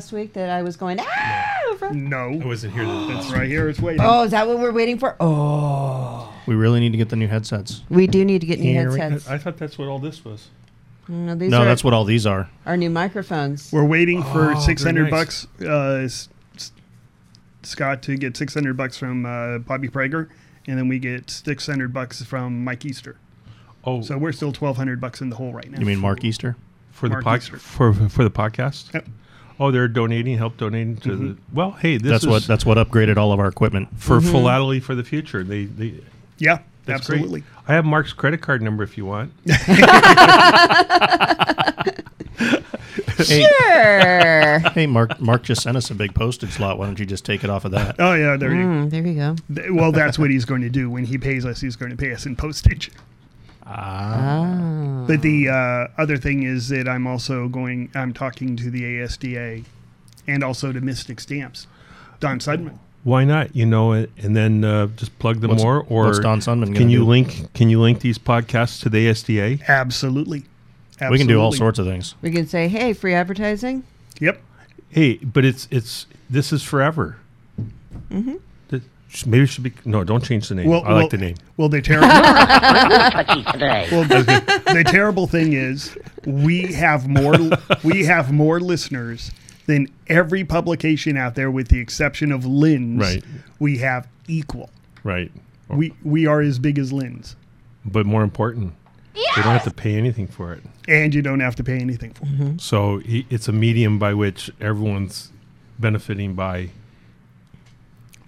last week that I was going ah over? No, I wasn't here. That's it's right. right here. It's waiting. Oh, is that what we're waiting for? Oh, We really need to get the new headsets. we do need to get new Hearing- headsets. I thought that's what all this was. No, these no, are that's what all these are. our new microphones. We're waiting for Oh, six hundred very nice. bucks. Uh, S- S- Scott to get six hundred bucks from uh, Bobby Prager, and then we get six hundred bucks from Mike Easter. Oh, So we're still twelve hundred bucks in the hole right now. You mean Mark Easter? for the Mark pod, Easter. for for the podcast. Yep. Mm-hmm. Oh, they're donating, help donating to the. Well, hey, this that's is Mm-hmm. what that's what upgraded all of our equipment. for philately for the future. They they Yeah, that's great. absolutely. I have Mark's credit card number if you want. Hey, Sure. hey, Mark. Mark just sent us a big postage lot. Why don't you just take it off of that? Oh yeah, there you Mm, there you go. Th- Well, that's what he's going to do when he pays us. He's going to pay us in postage. Oh. But the uh, other thing is that I'm also going. I'm talking to the ASDA, and also to Mystic Stamps, Don Sudman. Why not? You know, and and then uh, just plug them What's- more. Or what's Don Sundman Can gonna you do? link? Can you link these podcasts to the ASDA? Absolutely. Absolutely. We can do all sorts of things. We can say, hey, free advertising. Yep. Hey, but it's it's this is forever. Mm-hmm. Maybe it should be no. Don't change the name. Well, I well, like the name. Well, the terrible. well, the, the terrible thing is we have more we have more listeners than every publication out there, with the exception of Lynn's. Right. We have equal. Right. We we are as big as Lynn's, but more important, they don't have to pay anything for it. and you don't have to pay anything for it. So i- it's a medium by which everyone's benefiting by.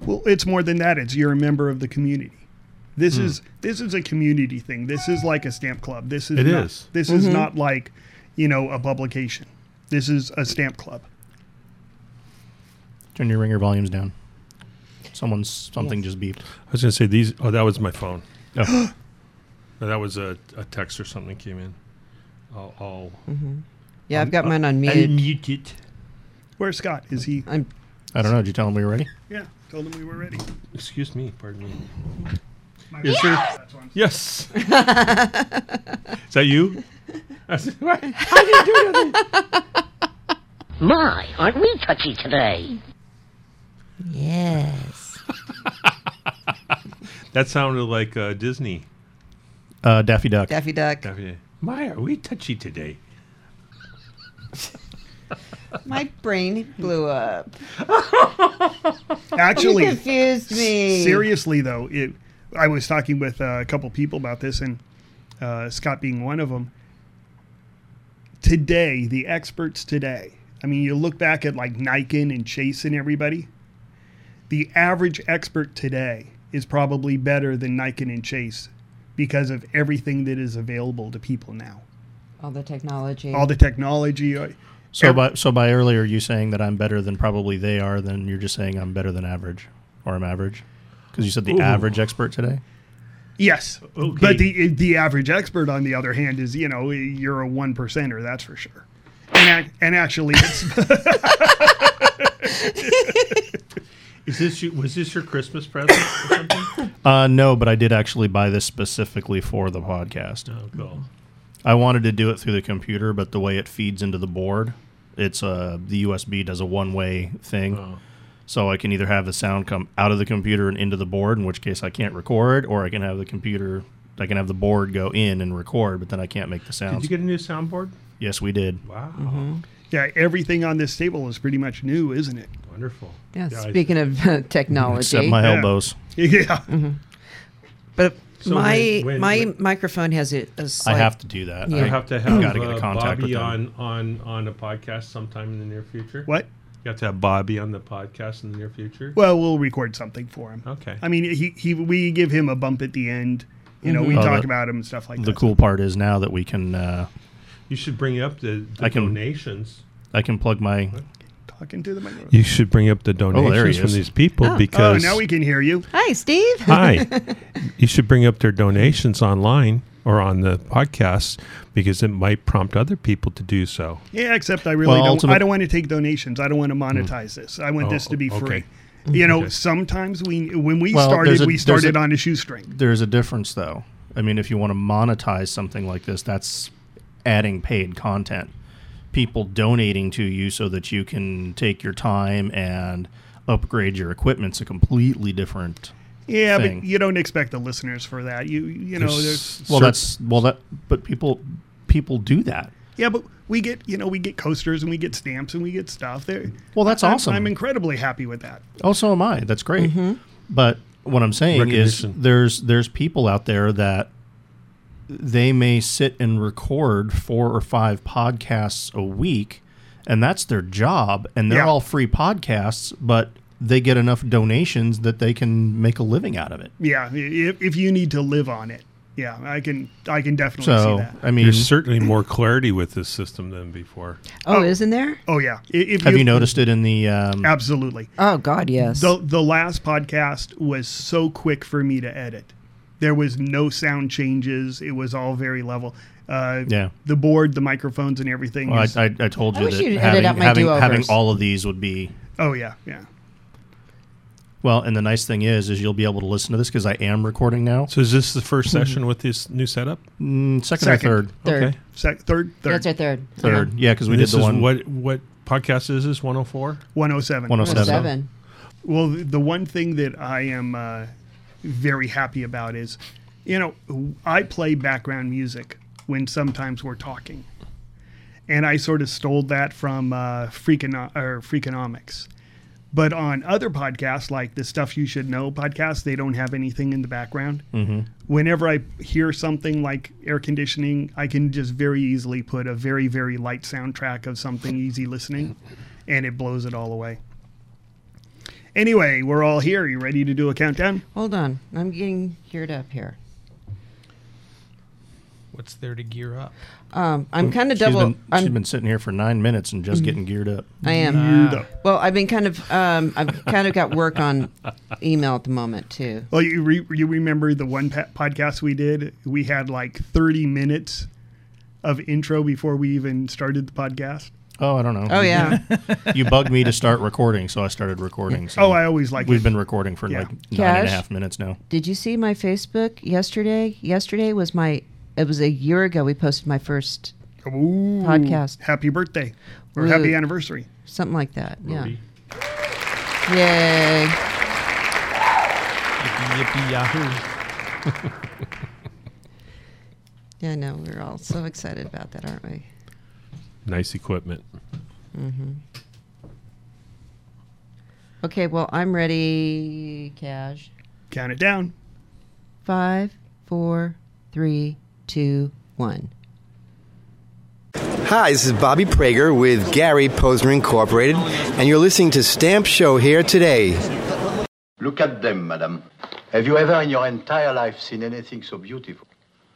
Well, it's more than that. It's you're a member of the community. This Hmm. is this is a community thing. This is like a stamp club. This is It not, is. This is not like you know a publication. This is a stamp club. Turn your ringer volumes down. Someone's something just beeped. I was going to say these. Oh, that was my phone. Oh, No, That was a, a text or something came in. I'll, I'll Yeah, I've got mine on mute. mute it. Where's Scott? Is he? I'm I don't know. Did you tell them we were ready? Yeah, told him we were ready. Excuse me. Pardon me. My Is bad. there- That's what I'm- Yes. Is that you? I said, "What?" My, aren't we touchy today? yes. that sounded like uh, Disney. Uh, Daffy Duck. Daffy Duck. My, are we touchy today? My brain blew up. Actually, you confused me. seriously though, it. I was talking with uh, a couple people about this, and uh, Scott being one of them. Today, the experts today. I mean, you look back at like Nikin and Chase and everybody. The average expert today is probably better than Nikin and Chase because of everything that is available to people now. All the technology. All the technology. uh, So by so by earlier you saying that I'm better than probably they are, then you're just saying I'm better than average or I'm average because you said the Ooh. average expert today. Yes, Okay. but the the average expert, on the other hand, is you know you're a one percenter. That's for sure. And ac- and actually, it's, Is this you, was this your Christmas present Oh, or something? Uh, no, but I did actually buy this specifically for the podcast. Oh, cool. I wanted to do it through the computer, but the way it feeds into the board, it's uh the USB does a one way thing. Oh. So I can either have the sound come out of the computer and into the board, in which case I can't record, or I can have the computer, I can have the board go in and record, but then I can't make the Did sounds. you get a new soundboard? yes, we did. Wow. yeah, everything on this table is pretty much new, isn't it? Wonderful. yeah, Yeah, I- speaking of uh, technology. Except my Yeah. elbows. Yeah, Mm-hmm. But So my wait, wait, my wait. microphone has a, a I slight- have to do that. Yeah. You I- have to have gotta get a uh, contact with Bobby them. on, on on a podcast sometime in the near future. what? You have to have Bobby on the podcast in the near future. Well, we'll record something for him. Okay. I mean, he he we give him a bump at the end. You know, we Oh, talk the- about him and stuff like The that. cool part is now that we can, uh, You should bring up the, the I can- donations. I can plug my. Talking to the microphone. You should bring up the donations from these people Oh, because now we can hear you. Hi, Steve. Hi. You should bring up their donations online or on the podcast because it might prompt other people to do so. Yeah, except I really Well, don't. ultimate- Mm. I don't want to take donations. I don't want to monetize this. I want Oh, this to be okay. free. You know, Okay. sometimes we when we Well, there's started, a- we there's started a- on a shoestring. There's a difference, though. I mean, if you want to monetize something like this, that's adding paid content. people donating to you so that you can take your time and upgrade your equipment. It's a completely different. Yeah, thing. but you don't expect the listeners for that. You you know, there's, There's Well, cer- that's well that, but people people do that. yeah, but we get you know we get coasters and we get stamps and we get stuff. There, Well, that's I'm- awesome. I'm incredibly happy with that. Oh, so am I. That's great. Mm-hmm. But what I'm saying is Recognition. there's there's people out there that they may sit and record four or five podcasts a week and that's their job and they're Yeah. all free podcasts, but they get enough donations that they can make a living out of it. Yeah, i- if, if you need to live on it, yeah, I can I can definitely see So, that. I mean, there's certainly more clarity with this system than before. Oh, isn't there? Oh yeah, I- if have you noticed it in the um, Absolutely. Oh God, yes. The the last podcast was so quick for me to edit. There was no sound changes. It was all very level. Uh, Yeah. The board, the microphones, and everything. well, is- I, I, I told I you wish that you'd edit having, out my having, having do-overs. all of these would be oh yeah, yeah. well, and the nice thing is, is you'll be able to listen to this because I am recording now. So is this the first Hmm. session with this new setup? Mm, second, Second. or third. third. Okay. Sec, third, third, That's our third. Uh-huh. Third. Yeah, because we And did this the is one. what what podcast is this? 104. Seven. 107. 107. Seven. seven. Well, the- the one thing that I am uh, very happy about is, you know, I play background music when sometimes we're talking, and I sort of stole that from uh, Freakono- or Freakonomics. But on other podcasts, like the Stuff You Should Know podcast, they don't have anything in the background. Mm-hmm. Whenever I hear something like air conditioning, I can just very easily put a very, very light soundtrack of something easy listening, and it blows it all away. Anyway, we're all here. You ready to do a countdown? Hold on, I'm getting geared up here. What's there to gear up? Um, I'm kind of She's double. Mm. been, she's I'm, been sitting here for nine minutes and just getting geared up. I am. Geared up. Well, I've been kind of. Um, I've kind of got work on email at the moment too. Well, you re- you remember the one pa- podcast we did? We had like 30 minutes of intro before we even started the podcast. Oh, I don't know. Oh yeah, you bugged me to start recording, so I started recording. So Oh, I always like we've been recording for Yeah. like nine and Cash? a half minutes now. Did you see my Facebook yesterday? Yesterday was my. It was a year ago. We posted my first Ooh, podcast. Happy birthday or Ooh. happy anniversary. something like that. Yeah. Yay. Yippee, yippee, yahoo. Yeah, I know. We're all so excited about that, aren't we? Nice equipment. Okay, well, I'm ready, Cash. Count it down. Five, four, three, two, one. Hi, this is Bobby Prager with Gary Posner Incorporated, and you're listening to Stamp Show here today. Look at them, madame. Have you ever in your entire life seen anything so beautiful?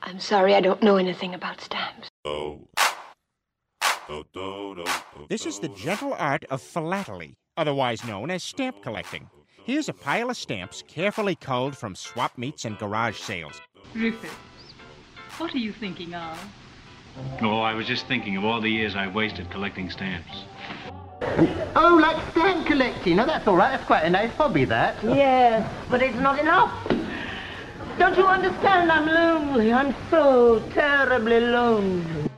I'm sorry, I don't know anything about stamps. This is the gentle art of philately, otherwise known as stamp collecting. Here's a pile of stamps carefully culled from swap meets and garage sales. Rupert, what are you thinking of? Oh, I was just thinking of all the years I wasted collecting stamps. Oh, like stamp collecting. Now that's all right. That's quite a nice hobby, that. Yes, but it's not enough. Don't you understand? I'm lonely. I'm so terribly lonely.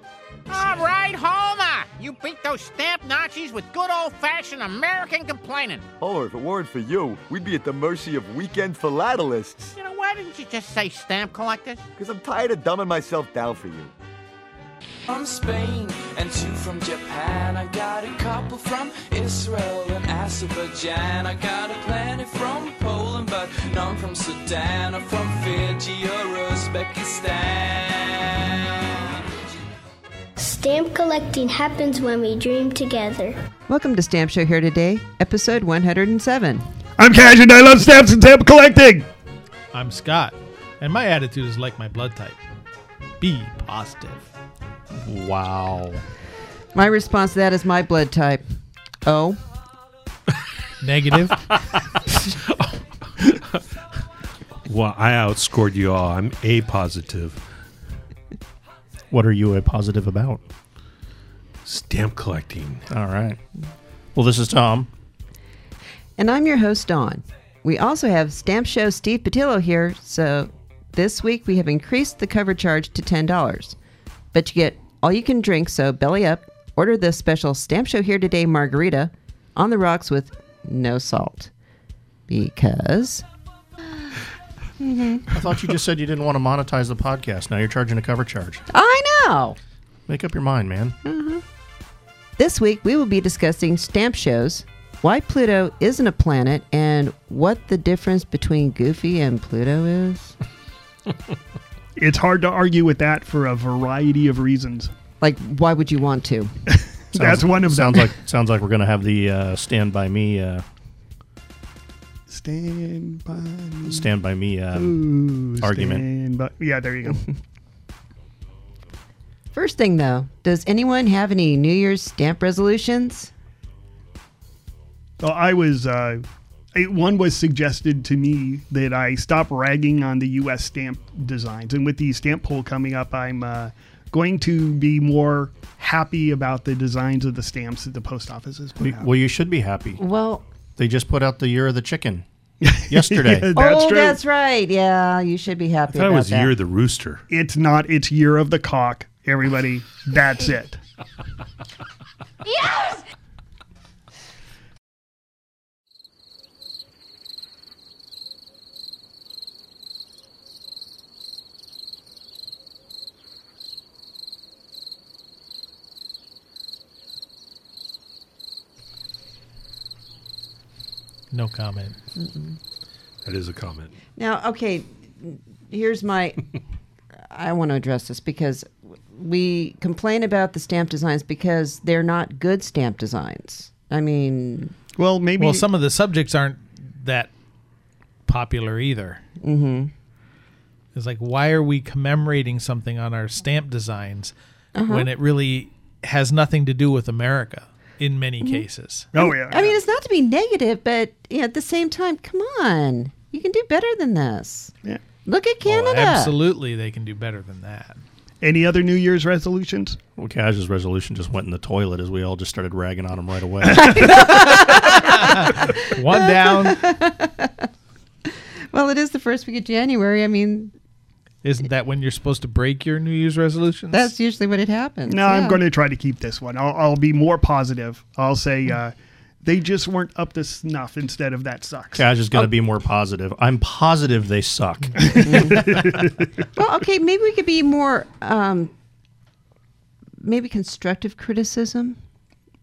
All right, Homer! You beat those stamp Nazis with good old fashioned American complaining. Oh, if it weren't for you, we'd be at the mercy of weekend philatelists. You know, why didn't you just say stamp collectors? Because I'm tired of dumbing myself down for you. From Spain and two from Japan. I got a couple from Israel and Azerbaijan. I got a plenty from Poland, but none from Sudan or from Fiji or Uzbekistan. Stamp collecting happens when we dream together. Welcome to Stamp Show Here Today, episode 107. I'm Cash and I love stamps and stamp collecting. I'm Scott, and my attitude is like my blood type. Be positive. Wow. My response to that is my blood type. Oh, Negative. Well, I outscored you all. I'm a positive. What are you a positive about? Stamp collecting. All right. Well, this is Tom. and I'm your host, Dawn. We also have Stamp Show Steve Patillo here, so this week we have increased the cover charge to $10. But you get all you can drink, so belly up, Order the special Stamp Show Here Today margarita on the rocks with no salt. Because I thought you just said you didn't want to monetize the podcast. Now you're charging a cover charge. I know. Make up your mind, man. This week, we will be discussing stamp shows, why Pluto isn't a planet, and what the difference between Goofy and Pluto is. It's hard to argue with that for a variety of reasons. Like, why would you want to? That's one of sounds them. like sounds like we're gonna have the uh, stand by me uh, Stand by me. stand by me uh, Ooh, argument. stand by- yeah, there you go. First thing, though, does anyone have any New Year's stamp resolutions? Well, I was. Uh, it, one was suggested to me that I stop ragging on the U.S. stamp designs, and with the stamp poll coming up, I'm uh, going to be more happy about the designs of the stamps that the post office is putting out. Well, you should be happy. Well, They just put out the year of the chicken yesterday. Yeah, oh, that's right. Yeah, you should be happy. thought it about was that. year the rooster. It's not. It's year of the cock. Everybody, that's it. Yes! No comment. That is a comment. Now, okay, here's my. I want to address this because we complain about the stamp designs because they're not good stamp designs. I mean, well, maybe. Well, some of the subjects aren't that popular either. Mm-hmm. It's like, why are we commemorating something on our stamp designs Uh-huh. when it really has nothing to do with America in many Mm-hmm. cases? oh, I mean, it's not to be negative, but you know, at the same time, come on, you can do better than this. Yeah. Look Oh, at Canada. Absolutely, they can do better than that. Any other New Year's resolutions? Well, Cash's resolution just went in the toilet as we all just started ragging on him right away. One down. Well, it is the first week of January. I mean, Isn't that when you're supposed to break your New Year's resolutions? that's usually when it happens. No, I'm yeah. going to try to keep this one. I'll, I'll be more positive. I'll say uh, they just weren't up to snuff instead of that sucks. Cash is going to be more positive. I'm positive they suck. Well, okay, maybe we could be more, um, maybe constructive criticism.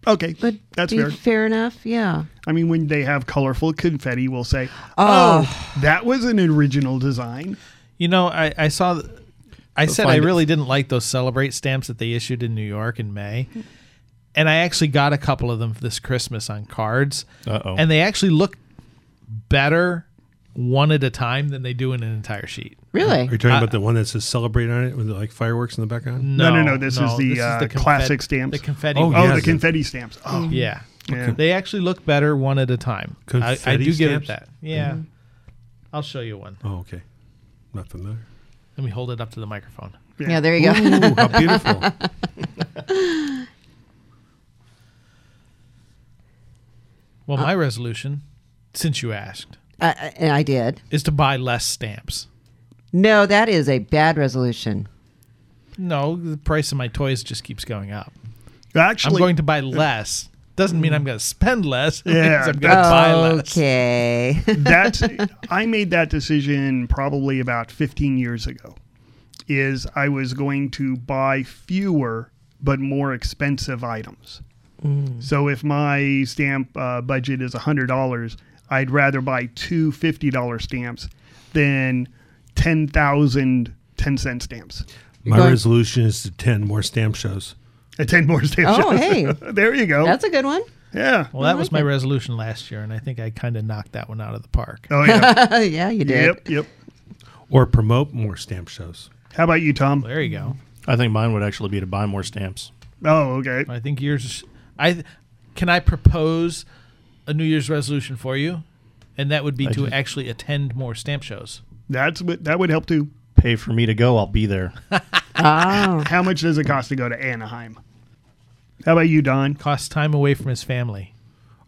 Okay, that's be fair. fair enough. Yeah. I mean, when they have colorful confetti, we'll say, Oh. oh, that was an original design. You know, I, I saw. th- I So said I find it- really didn't like those celebrate stamps that they issued in New York in May, and I actually got a couple of them this Christmas on cards. Uh-oh. And they actually look better one at a time than they do in an entire sheet. Really? Are you talking Uh, Mm. about the one that says celebrate on it with like fireworks in the background? No, no, no. This is the, uh, confet- classic stamps. The confetti. Oh, ones. yeah, the confetti stamps. Oh. yeah. Yeah. They actually look better one at a time. I, I Confetti do give stamps? it that. Yeah. Mm-hmm. Mhm. I'll show you one. Oh, okay. Not familiar. Let me hold it up to the microphone. Yeah, there you go. Ooh, how beautiful. Well, my resolution, since you asked, I- I, and Uh, I did. is to buy less stamps. No, that is a bad resolution. No, the price of my toys just keeps going up. Actually, I'm going to buy uh, less. Doesn't mean I'm going to spend less. It means Yeah, I'm going to buy less. Oh, Okay. that's I made that decision probably about 15 years ago. Is I was going to buy fewer but more expensive items. Mm. So if my stamp uh, budget is hundred dollars, I'd rather buy two fifty dollar stamps than ten thousand ten cent stamps. My Go ahead. resolution is to attend more stamp shows. Attend Uh, more stamp Oh, shows. hey. there you go. That's a good one. yeah. Well, that was my resolution last year, and I think I kind of knocked that one out of the park. Oh yeah. yeah, you did. Yep. Yep. Or promote more stamp shows. How about you, Tom? There you go. I think mine would actually be to buy more stamps. Oh, okay. I think yours. I can I propose a New Year's resolution for you, and that would be I to just- actually attend more stamp shows. That's what that would help too. Pay for me to go. I'll be there. Oh. How much does it cost to go to Anaheim? How about you, Don? Cost time away from his family.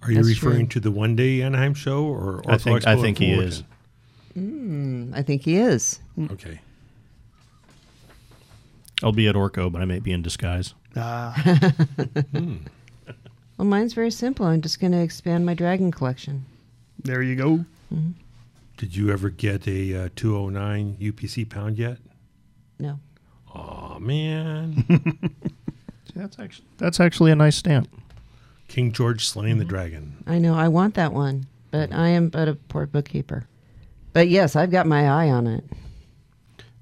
Are you That's referring true. to the one day Anaheim show or I think- Ortho I Expo think in he Fullerton? is. Mm, I think he is. Okay. I'll be at Orco, but I may be in disguise. Ah. Well, mine's very simple. I'm just going to expand my dragon collection. There you go. Did you ever get a uh, 209 UPC pound yet? No. Oh man, that's actually That's actually a nice stamp. King George slaying the dragon. I know. I want that one, but I am but a poor bookkeeper. But yes, I've got my eye on it.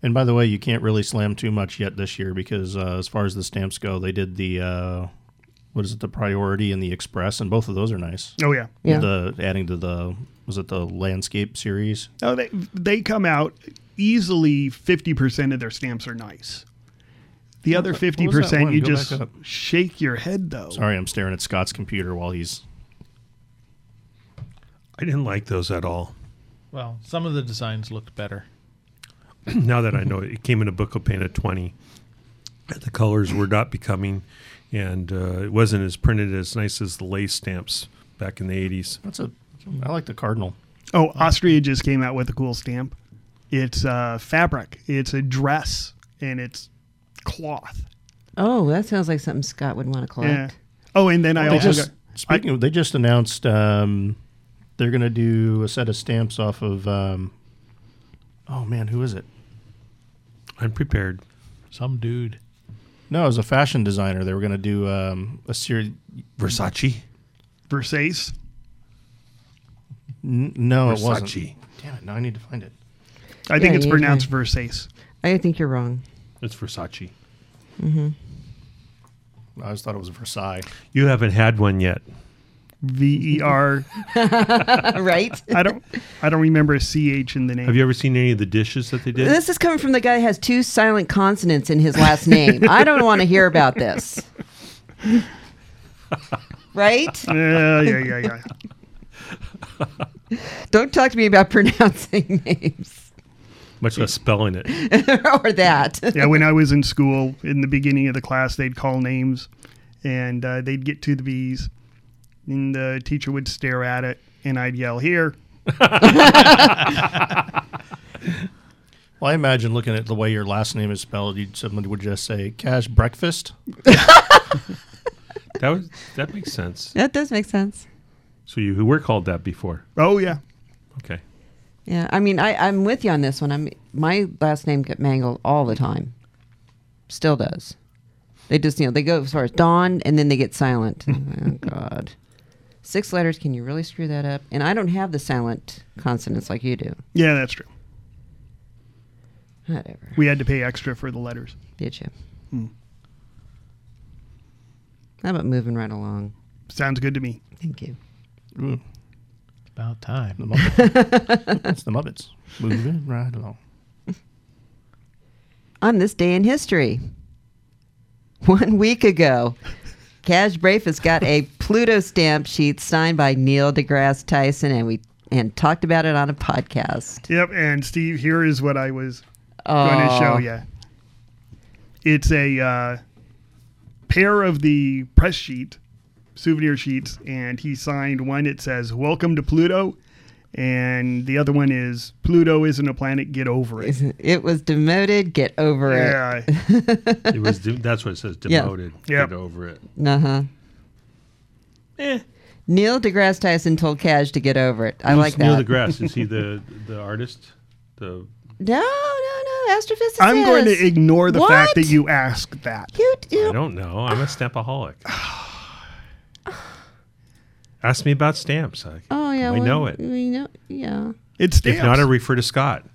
And by the way, you can't really slam too much yet this year because uh, as far as the stamps go, they did the uh, what is it, the priority and the express, and both of those are nice. Oh, yeah. Yeah. The adding to the was it the landscape series? No, Oh, they they come out easily. Fifty percent of their stamps are nice. The other What was that fifty percent, one? you Go back just up. shake your head though. Sorry, I'm staring at Scott's computer while he's. I didn't like those at all. well, some of the designs looked better. now that I know it, it came in a book of paint at 20. The colors were not becoming, and uh, it wasn't as printed as nice as the lace stamps back in the 80s. That's a. I like the cardinal. Oh, Austria just came out with a cool stamp. It's uh, fabric. It's a dress, and it's cloth. Oh, that sounds like something Scott would want to collect. Yeah. Oh, and then I They also just, got- speaking of, they just announced um, they're going to do a set of stamps off of. Um, oh man, who is it? I'm prepared. Some dude. No, it was a fashion designer. They were going to do um, a series. Versace. Versace. N- no, it wasn't. Versace. Damn it! Now I need to find it. I think Yeah, it's you- pronounced Versace. I think you're wrong. It's Versace. Mm-hmm. I always thought it was Versailles. You haven't had one yet. V E R. right. I don't. I don't remember a C H in the name. Have you ever seen any of the dishes that they did? This is coming from the guy that has two silent consonants in his last name. I don't want to hear about this. Right? Yeah, yeah, yeah, yeah. Don't talk to me about pronouncing names Much less spelling it. or that. yeah, when I was in school, in the beginning of the class, they'd call names, and uh, they'd get to the B's, and the teacher would stare at it, and I'd yell, "Here!" Well, I imagine looking at the way your last name is spelled, you'd someone would just say "cash breakfast." That was that makes sense. That does make sense. So you who were called that before? Oh yeah. Okay. Yeah, I mean, I, I'm with you on this one. I'm my last name get mangled all the time, still does. They just you know they go as far as dawn and then they get silent. oh God, six letters. Can you really screw that up? And I don't have the silent consonants like you do. Yeah, that's true. Whatever. We had to pay extra for the letters. Did you? Hmm. How about moving right along? Sounds good to me. Thank you. Ooh, About time. the Muppets. it's the Muppets. Moving right along. on this day in history. One week ago, Cash Brafe has got a Pluto stamp sheet signed by Neil deGrasse Tyson, and we and talked about it on a podcast. Yep, and Steve, here is what I was going to Aw. show you. It's a uh, pair of the press sheet, souvenir sheets, and he signed one. It says "Welcome to Pluto," and the other one is "Pluto isn't a planet. Get over it." It was demoted. Get over Yeah. it. It was de- that's what it says Yeah. demoted. Yep. Get over it. Uh huh. Eh. Neil deGrasse Tyson told Cash to get over it. I like that. Neil deGrasse is he the the artist? The No, no, no. Astrophysicist. I'm going to ignore the fact that What? you asked that. You do. I don't know. I'm a stampaholic. Ask me about stamps. I, Oh yeah. I well, know it. We know. Yeah. It's stamps. If not, I refer to Scott.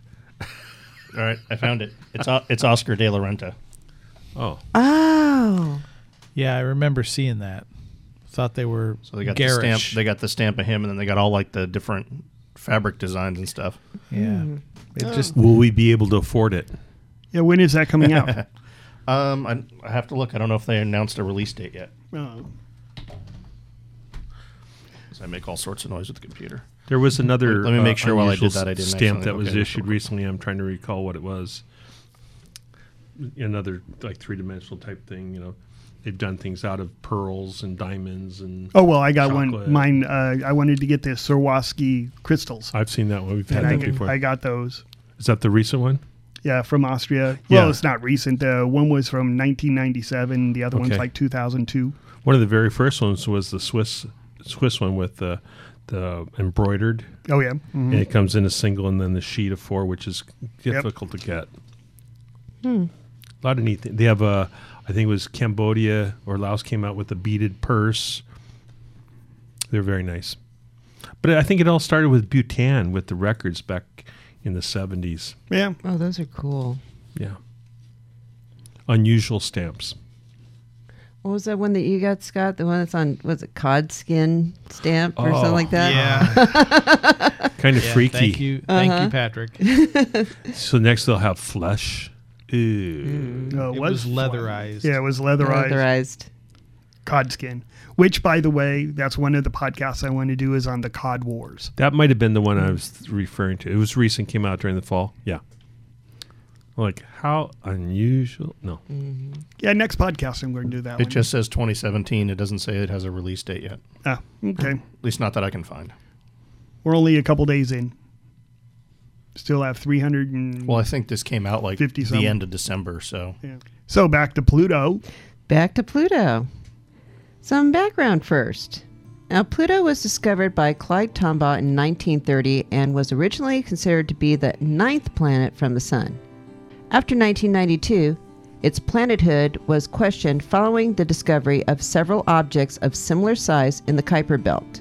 All right, I found it. It's O- it's Oscar De La Renta. Oh, Uh, Oh. Yeah, I remember seeing that. Thought they were So they got garish. the stamp. They got the stamp of him, and then they got all like the different fabric designs and stuff. yeah. It uh. just will we be able to afford it? Yeah, when is that coming out? Um, I, I have to look. I don't know if they announced a release date yet. Uh-huh. Oh. 'cause I make all sorts of noise with the computer. There was another. Let me make uh, sure while I unusual did that, I didn't stamp accidentally that was look at it. issued recently. I'm trying to recall what it was. Another like three dimensional type thing. You know, they've done things out of pearls and diamonds and. Oh well, I got chocolate. one. Mine. Uh, I wanted to get the Swarovski crystals, I've seen that one. We've had and I, that before. I got those. Is that the recent one? Yeah, from Austria. Yeah. Well, it's not recent. Uh, one was from 1997. The other one's Okay. like 2002. One of the very first ones was the Swiss Swiss one with the the embroidered. Oh, yeah. Mhm. and it comes in a single and then the sheet of four, which is Yep. difficult to get. Hmm. A lot of neat. Things. They have a, I think it was Cambodia or Laos came out with a beaded purse. They're very nice, but I think it all started with Bhutan with the records back in the seventies. Yeah. Oh, those are cool. Yeah, unusual stamps. What was that one that you got, Scott? The one that's on was it cod skin stamp or Oh, something like that? yeah. Kinda Yeah, freaky. Thank you, thank you, Patrick. so next they'll have flesh. Ew. No, Uh, it, It was, was leatherized. Yeah, it was leatherized. Leatherized. Cod skin, which, by the way, that's one of the podcasts I want to do is on the cod wars. That might have been the one I was referring to. It was recent, came out during the fall. Yeah. Like how unusual? No. Yeah, next podcast I'm going to do that. It one. just says 2017. It doesn't say it has a release date yet. Ah, okay. At least not that I can find. We're only a couple days in. Still have 300 and Well, I think this came out like 50 the some. end of December, so So back to Pluto. Back to Pluto. Some background first. Now, Pluto was discovered by Clyde Tombaugh in 1930 and was originally considered to be the ninth planet from the Sun. After 1992, its planethood was questioned following the discovery of several objects of similar size in the Kuiper Belt.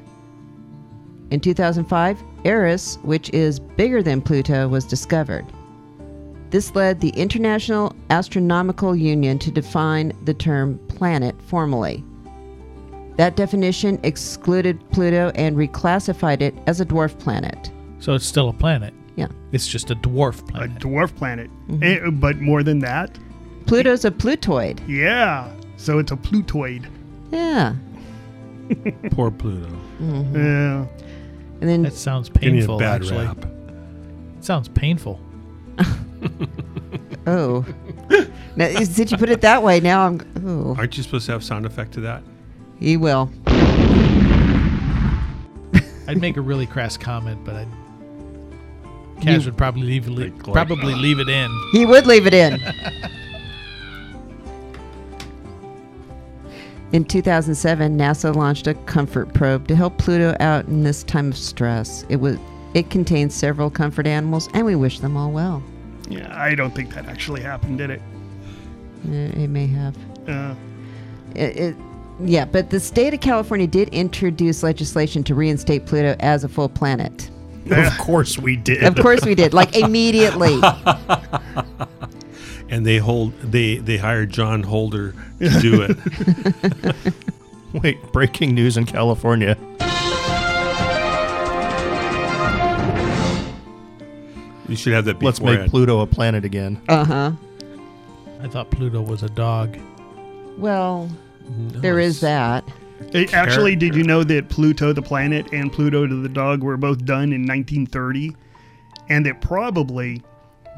In 2005, Eris, which is bigger than Pluto, was discovered. This led the International Astronomical Union to define the term planet formally. That definition excluded Pluto and reclassified it as a dwarf planet. So it's still a planet. Yeah. It's just a dwarf a planet. dwarf planet. Eh, but more than that, Pluto's a plutoid. yeah. So it's a plutoid. Yeah. Poor Pluto. Yeah. And then That sounds Give me a painful. bad actually, rap. It sounds painful. Oh. now, is- did you put it that way? Now I'm. Oh. Aren't you supposed to have sound effect to that? He will. I'd make a really crass comment, but I'd. Kaz would probably leave, le- Like, like- probably uh, leave it in. He would leave it in. In 2007, NASA launched a comfort probe to help Pluto out in this time of stress. It was it contains several comfort animals, and we wish them all well. Yeah, I don't think that actually happened, did it? Uh, It may have. Uh, It, it, yeah, but the state of California did introduce legislation to reinstate Pluto as a full planet. of course we did. Of course, we did. Like immediately. And they hold they they hired John Holder to do it. Wait, breaking news in California. You should have that. Let's make beforehand. Pluto a planet again. Uh huh. I thought Pluto was a dog. Well, there is that. eh, actually, did you know that Pluto the planet and Pluto to the dog were both done in 1930, and that probably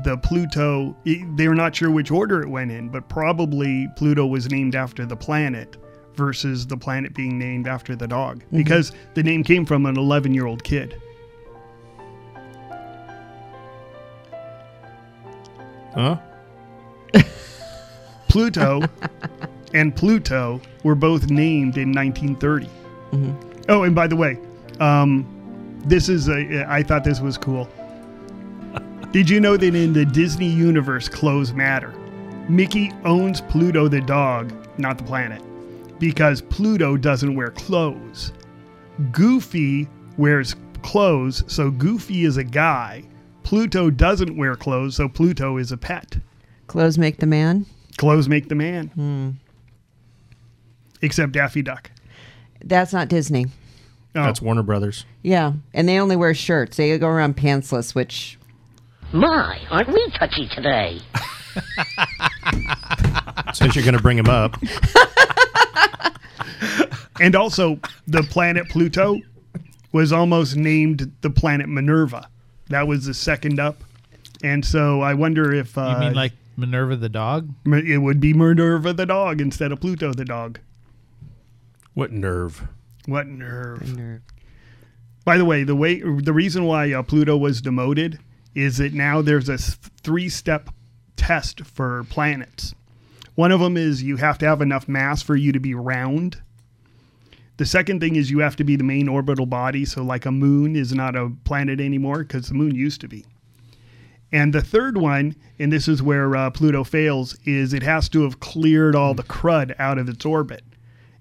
the Pluto eh, they were not sure which order it went in, but probably Pluto was named after the planet versus the planet being named after the dog because the name came from an 11 year old kid. Huh? Pluto and Pluto were both named in 1930. Oh, and by the way, um, this is a, I thought this was cool. Did you know that in the Disney universe, clothes matter? Mickey owns Pluto the dog, not the planet, because Pluto doesn't wear clothes. Goofy wears clothes, so Goofy is a guy. Pluto doesn't wear clothes, so Pluto is a pet. Clothes make the man. Clothes make the man. Hmm. Except Daffy Duck. That's not Disney. Oh. That's Warner Brothers. Yeah, and they only wear shirts. They go around pantsless, which My, aren't we touchy today? Since you're going to bring him up, And also, the planet Pluto was almost named the planet Minerva. That was the second up. And so I wonder if uh, You mean like Minerva the dog? Mi- it would be Minerva the dog instead of Pluto the dog. What nerve? What nerve. nerve. By the way, the way the reason why uh, Pluto was demoted is that now there's a three step test for planets. One of them is you have to have enough mass for you to be round. The second thing is you have to be the main orbital body, so like a moon is not a planet anymore because the moon used to be. And the third one, and this is where uh, Pluto fails, is it has to have cleared all the crud out of its orbit.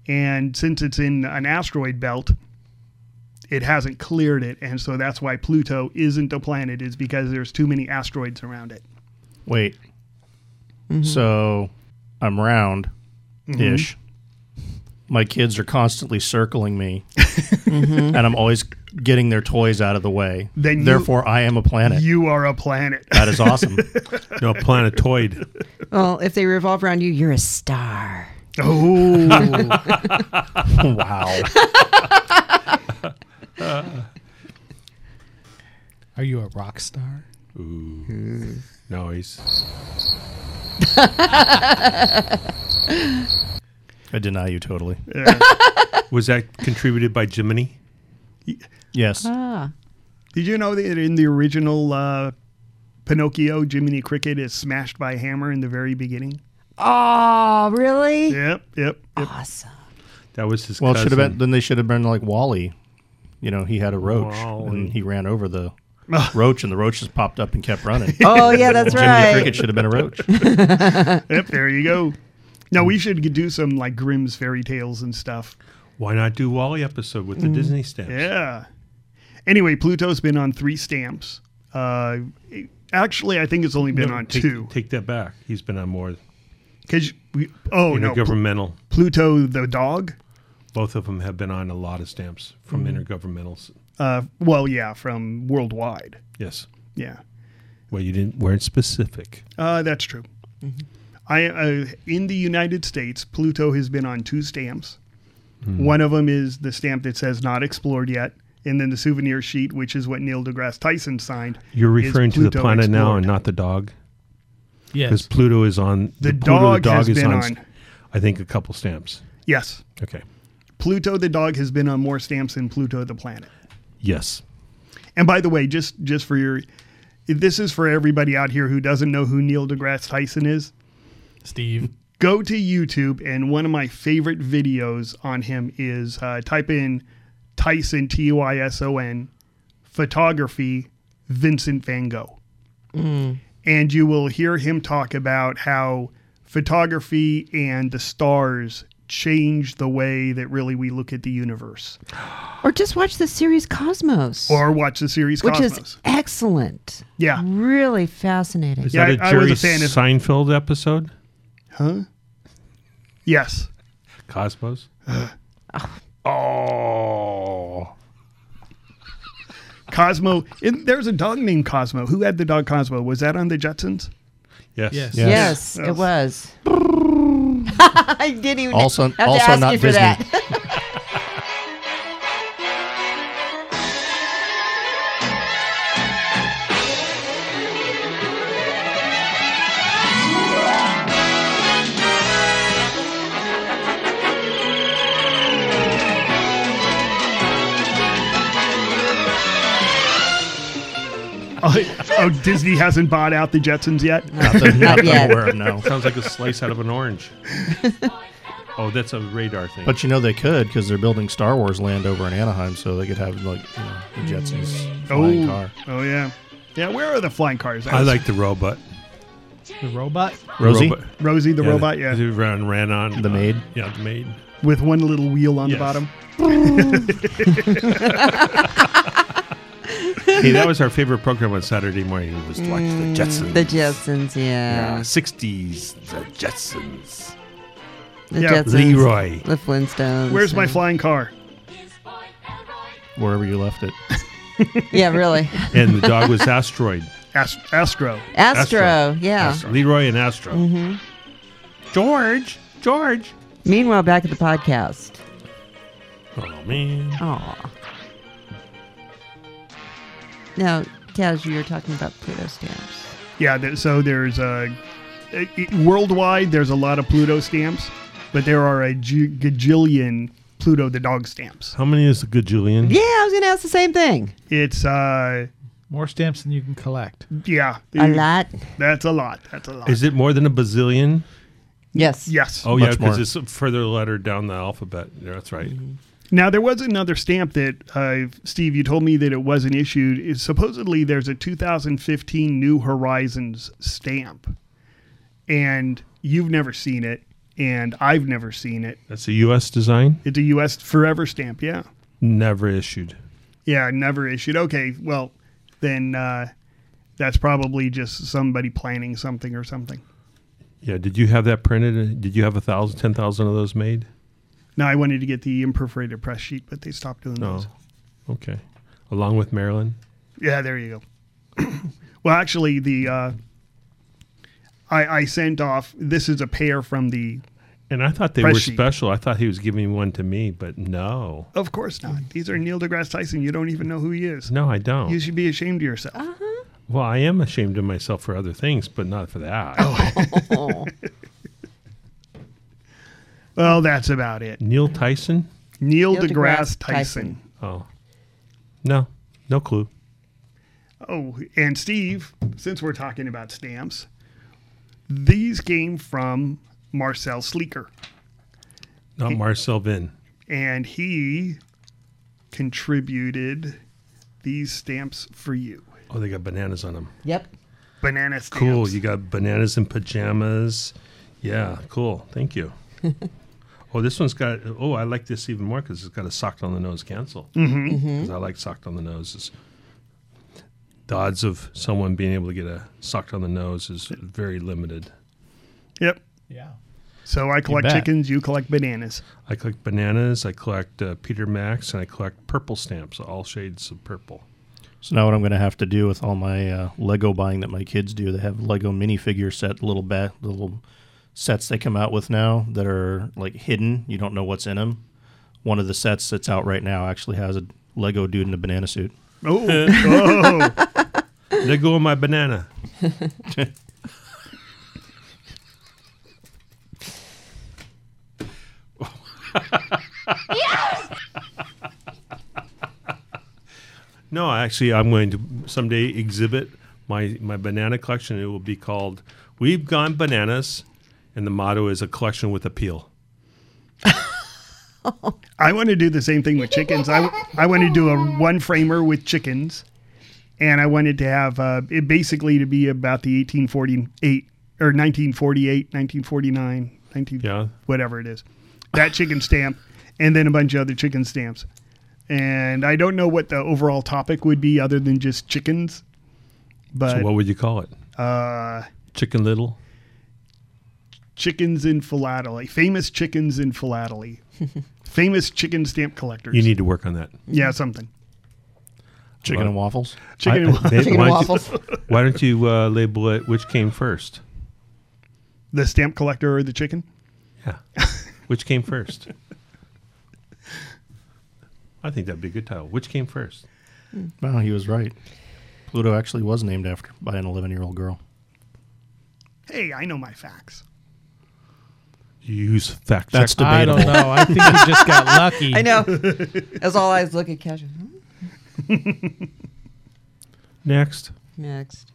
And since it's in an asteroid belt, it hasn't cleared it. And so that's why Pluto isn't a planet, is because there's too many asteroids around it. Wait. Mm-hmm. So I'm round ish. Mm-hmm. My kids are constantly circling me, Mm-hmm. and I'm always getting their toys out of the way. Then you- Therefore, I am a planet. You are a planet. that is awesome. no, planetoid. Well, if they revolve around you, you're a star. Oh. wow. Are you a rock star? Ooh. No, he's. I deny you totally. Was that contributed by Jiminy? Yes. Ah. Did you know that in the original uh, Pinocchio, Jiminy Cricket is smashed by a hammer in the very beginning? Oh, really? Yep, yep. yep. Awesome. That was his. Well, it should have cousin. been. Then they should have been like Wally. You know, he had a roach and he ran over the roach, and the roach just popped up and kept running. Oh, yeah, that's Jiminy right. Cricket should have been a roach. yep, there you go. No, we should do some like Grimm's fairy tales and stuff. Why not do Wally episode with the Mhm. Disney stamps? Yeah. Anyway, Pluto's been on three stamps. Uh, it- actually, I think it's only been No, on take, two. Take that back. He's been on more. Because we. Oh no, Pl- Intergovernmental. Pluto the dog. Both of them have been on a lot of stamps from Mhm. intergovernmentals. Uh, well, yeah, from worldwide. Yes. Yeah. Well, you didn't weren't specific. Uh, that's true. I uh, in the United States, Pluto has been on two stamps. Hmm. One of them is the stamp that says "not explored yet," and then the souvenir sheet, which is what Neil deGrasse Tyson signed. You're is referring to the Pluto planet now explored. and not the dog. Yes. Because Pluto is on The Pluto dog has been s- on. I think a couple stamps. Yes, Okay. Pluto the dog has been on more stamps than Pluto the planet. Yes. And by the way, just just for your, this is for everybody out here who doesn't know who Neil deGrasse Tyson is. Steve. Go to YouTube, and one of my favorite videos on him is uh, type in Tyson T U I S O N photography Vincent Van Gogh, Mm. and you will hear him talk about how photography and the stars change the way that really we look at the universe, Or just watch the series Cosmos, or watch the series which Cosmos. is excellent. Yeah. Really fascinating. Is Yeah, that a I- I was Jerry a fan of- Seinfeld episode? Huh? Yes. Cosmos. oh. Cosmo. And there's a dog named Cosmo. Who had the dog Cosmo? Was that on the Jetsons? Yes. Yes. Yes, it was. I didn't even Also- have to also ask not you for Disney. that. Oh, oh, Disney hasn't bought out the Jetsons yet? Not that, not that yet. I'm aware of, no. Sounds like a slice out of an orange. oh, that's a radar thing. But you know they could because they're building Star Wars land over in Anaheim, so they could have like you know, the Jetsons flying oh, car. oh, yeah. Yeah, where are the flying cars? I like the robot. The robot. Rosie? Robot. Rosie the robot, yeah. He ran, ran on uh, The maid? Yeah, the maid. With one little wheel on Yes. the bottom. hey, that was our favorite program on Saturday morning. Was to watch the Jetsons. the Jetsons, Yeah, yeah. 60s, the Jetsons. The Yeah. Jetsons. Leroy. The Flintstones. Where's my and- flying car? Wherever you left it. Yeah, really. And the dog was Asteroid. Ast- Astro. Astro, yeah. Astro. Leroy and Astro. George. George. Meanwhile, back at the podcast. Oh, man. Aw. Now, Taz, you were talking about Pluto stamps. Yeah, there, so there's a. it- it- worldwide, there's a lot of Pluto stamps, but there are a g- gajillion Pluto the dog stamps. How many is the good Julian? Yeah, I was going to ask the same thing. It's uh, More stamps than you can collect. Yeah. A lot. That's a lot. That's a lot. Is it more than a bazillion? Yes. Yes. Oh yeah, Much because more. it's a further letter down the alphabet. Yeah, that's right. Now there was another stamp that uh, Steve, you told me that it wasn't issued. Is supposedly there's a 2015 New Horizons stamp, and you've never seen it, and I've never seen it. That's a U.S. design, It's a U.S. Forever stamp. Yeah. never issued. Yeah, never issued. Okay, well, then uh, that's probably just somebody planning something or something. Yeah, did you have that printed? Did you have a thousand, ten thousand of those made? Now I wanted to get the imperforated press sheet, but they stopped doing those. Okay, along with Maryland. Yeah, there you go. well, actually, the uh, I, I sent off. This is a pair from the. And I thought they Press were sheet. special. I thought he was giving one to me, but no, Of course not. These are Neil deGrasse Tyson. You don't even know who he is. no, I don't. You should be ashamed of yourself. well, I am ashamed of myself for other things, but not for that. Well, that's about it. Neil Tyson. Neil, Neil deGrasse, deGrasse Tyson. Oh, no, no clue. Oh, and Steve, since we're talking about stamps, these came from Marcel Sleeker. Not Marcel Vin. and he contributed these stamps for you. Oh, they got bananas on them. Yep. Banana stamps. Cool. You got bananas and pajamas. Yeah, cool. Thank you. oh, this one's got. Oh, I like this even more because it's got a socked on the nose cancel. Mhm. Mhm. 'Cause I like socked on the noses. The odds of someone being able to get a socked on the nose is very limited. Yep. Yeah. So I collect bet. chickens, you collect bananas. I collect bananas. I collect uh, Peter Max, and I collect purple stamps, all shades of purple. So now what I'm going to have to do with all my uh, Lego buying that my kids do, they have Lego minifigure set little ba- the little sets they come out with now that are like hidden. You don't know what's in them. One of the sets that's out right now actually has a Lego dude in a banana suit. Oh, oh. Let go of my banana. no, actually, I'm going to someday exhibit my, my banana collection. It will be called We've Gone Bananas, and the motto is a collection with appeal. I want to do the same thing with chickens. I, I want to do a one framer with chickens, and I wanted to have uh, it basically to be about the 1848 or 1948, 1949, 19 Yeah. whatever it is, that chicken stamp, and then a bunch of other chicken stamps. And I don't know what the overall topic would be other than just chickens, but so, what would you call it? uh, Chicken Little? chickens in philately, famous chickens in philately, famous chicken stamp collectors. You need to work on that. yeah, something. Chicken and waffles. Chicken and I- I- waffles. why don't you- Why don't you uh, label it which came first? The stamp collector or the chicken? Yeah. Which came first? I think that'd be a good title. Which came first? Wow, he was right. Pluto actually was named after by an 11 year old girl. Hey, I know my facts. You use fact That's check. I don't know. I think you just got lucky. I know. That's all I was looking at casual. Hmm, Next. Next.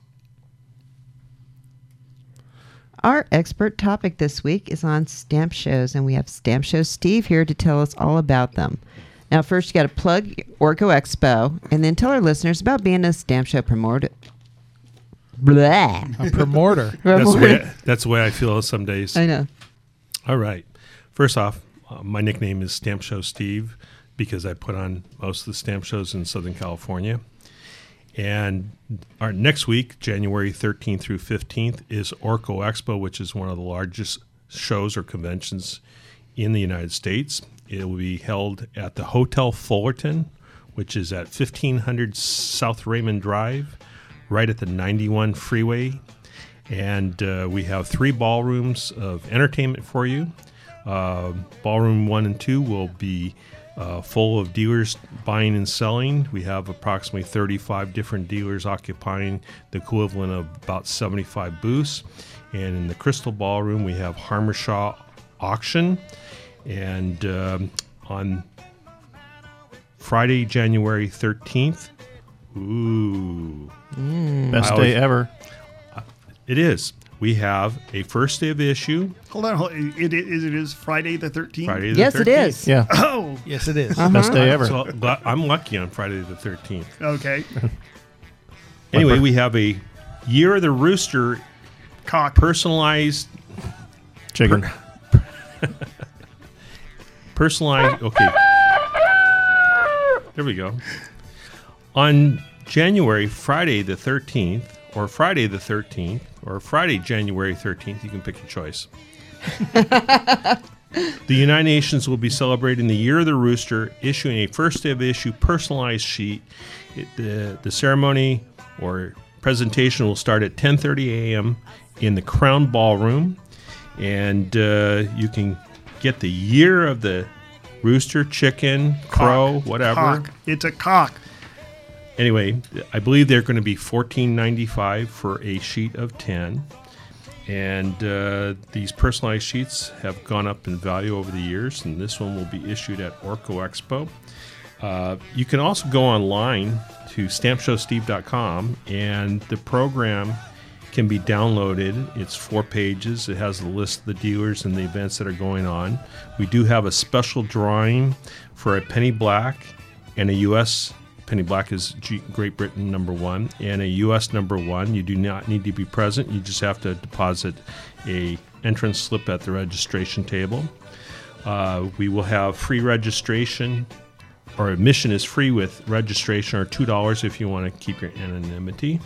Our expert topic this week is on stamp shows, and we have Stamp Show Steve here to tell us all about them. Now, first, you got to plug Orco Expo, and then tell our listeners about being a stamp show promoter. Blah. A promoter. That's the, way, that's the way I feel some days. I know. All right. First off, uh, my nickname is Stamp Show Steve because I put on most of the stamp shows in Southern California. And our next week, January 13th through 15th, is Orco Expo, which is one of the largest shows or conventions in the United States. It will be held at the Hotel Fullerton, which is at 1500 South Raymond Drive, right at the 91 freeway and uh, we have three ballrooms of entertainment for you. Uh, ballroom one and two will be uh, full of dealers buying and selling. We have approximately 35 different dealers occupying the equivalent of about 75 booths. And in the Crystal Ballroom, we have Harmershaw Auction. And um, on Friday, January 13th, Ooh. Best Mm. I day ever. It is. We have a first day of issue. Hold on, hold, it, it, is- it is Friday the thirteenth. Friday the Yes, it 13th. is. Yeah. Oh, yes, it is. Best Uh-huh. day ever. So gl- I'm lucky on Friday the 13th. Okay. Anyway, we have a Year of the Rooster cock personalized chicken. personalized. Okay. There we go. On January Friday the 13th, or Friday the 13th, or Friday January 13th, you can pick your choice. the United Nations will be celebrating the Year of the Rooster, issuing a first day of issue personalized sheet. It, the, the ceremony or presentation will start at 10:30 a.m. in the Crown Ballroom, and uh, you can get the Year of the Rooster, Chicken, Crow, whatever. Cock. It's a cock. Anyway, I believe they're going to be fourteen ninety five for a sheet of ten, and uh, these personalized sheets have gone up in value over the years. And this one will be issued at Orco Expo. Uh, you can also go online to stampshowsteve.com, and the program can be downloaded. It's four pages. It has a list of the dealers and the events that are going on. We do have a special drawing for a penny black and a U.S. Penny Black is G- Great Britain number one and a U.S. number one. You do not need to be present. You just have to deposit a entrance slip at the registration table. Uh, we will have free registration, or admission is free with registration, or two dollars if you want to keep your anonymity.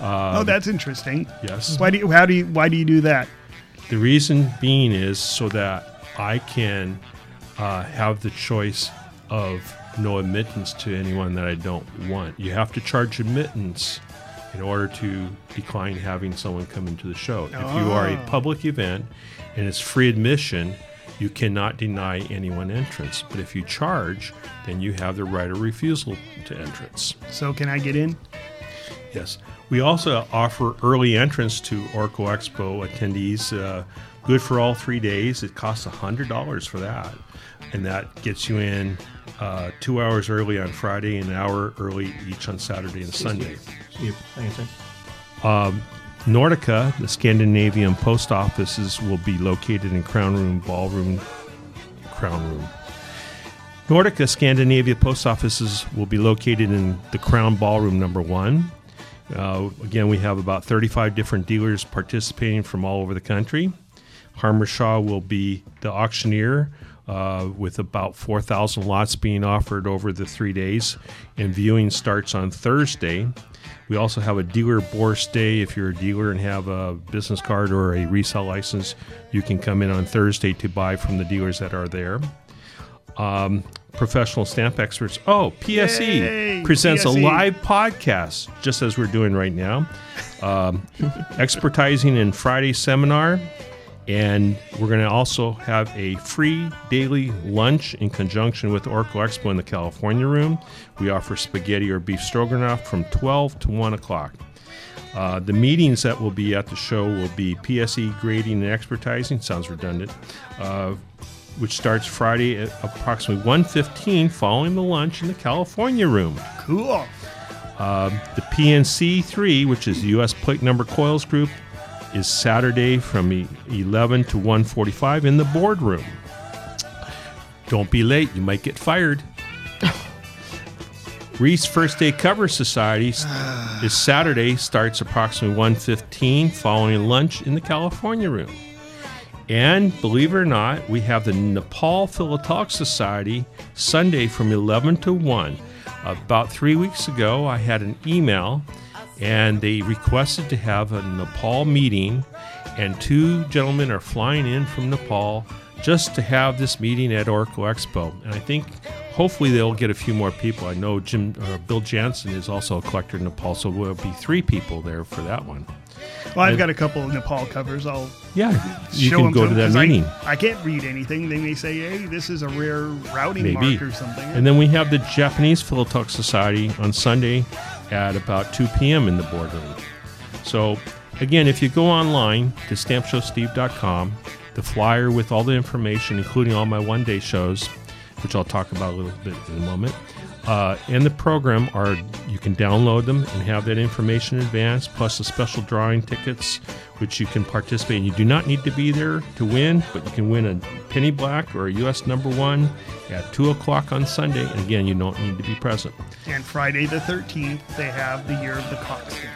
oh, Um, that's interesting. yes. Why do you, how do you, why do you do that? the reason being is so that I can uh, have the choice of no admittance to anyone that I don't want. You have to charge admittance in order to decline having someone come into the show. If you are a Oh. public event and it's free admission, you cannot deny anyone entrance. But if you charge, then you have the right of refusal to entrance. So can I get in? Yes. We also offer early entrance to Orco Expo attendees. Uh, good for all three days. It costs $100 for that. And that gets you in uh, two hours early on Friday and an hour early each on Saturday and Sunday. Um, Nordica, the Scandinavian post offices, will be located in Crown Room Ballroom. Crown Room. Nordica Scandinavia post offices will be located in the Crown Ballroom number one. Uh, again, we have about 35 different dealers participating from all over the country. Harmershaw will be the auctioneer uh, with about 4,000 lots being offered over the three days, and viewing starts on Thursday. We also have a dealer bourse day. If you're a dealer and have a business card or a resale license, you can come in on Thursday to buy from the dealers that are there. Um, professional stamp experts. Oh, PSE Yay, presents a PSE. live live podcast, just as we're doing right now, um, expertizing in Friday seminar. And we're going to also have a free daily lunch in conjunction with Oracle Expo in the California room. We offer spaghetti or beef stroganoff from 12 to 1 o'clock. Uh, the meetings that will be at the show will be PSE grading and expertizing. Sounds redundant. Uh, which starts Friday at approximately 1.15 following the lunch in the California room. Cool. Uh, the PNC3, which is the U.S. Plate Number Coils Group, is Saturday from e- 11 to 1:45 in the boardroom. Don't be late; you might get fired. Reese First Day Cover Society s- is Saturday, starts approximately 1:15 following lunch in the California room. And believe it or not, we have the Nepal Philatelic Society Sunday from 11 to 1. About three weeks ago, I had an email and they requested to have a Nepal meeting. And two gentlemen are flying in from Nepal just to have this meeting at Oracle Expo. And I think hopefully they'll get a few more people. I know Jim or Bill Jansen is also a collector in Nepal, so we'll be three people there for that one. Well, I've I- got a couple of Nepal covers. I'll Yeah, you show can them go to, to 'em, that 'cause I- meeting. I, can't read anything. They may say, "Hey, this is a rare routing mark or something." And then we have the Japanese Philatelic Society on Sunday at about 2 p.m. in the boardroom. So, again, if you go online to stampshowsteve.com, the flyer with all the information, including all my one day shows, which I'll talk about a little bit in a moment, uh, and the program are you can download them and have that information in advance, plus the special drawing tickets, which you can participate in. You do not need to be there to win, but you can win a penny black or a U.S. number one at 2 o'clock on Sunday. And again, you don't need to be present. And Friday the 13th, they have the Year of the Coxswain.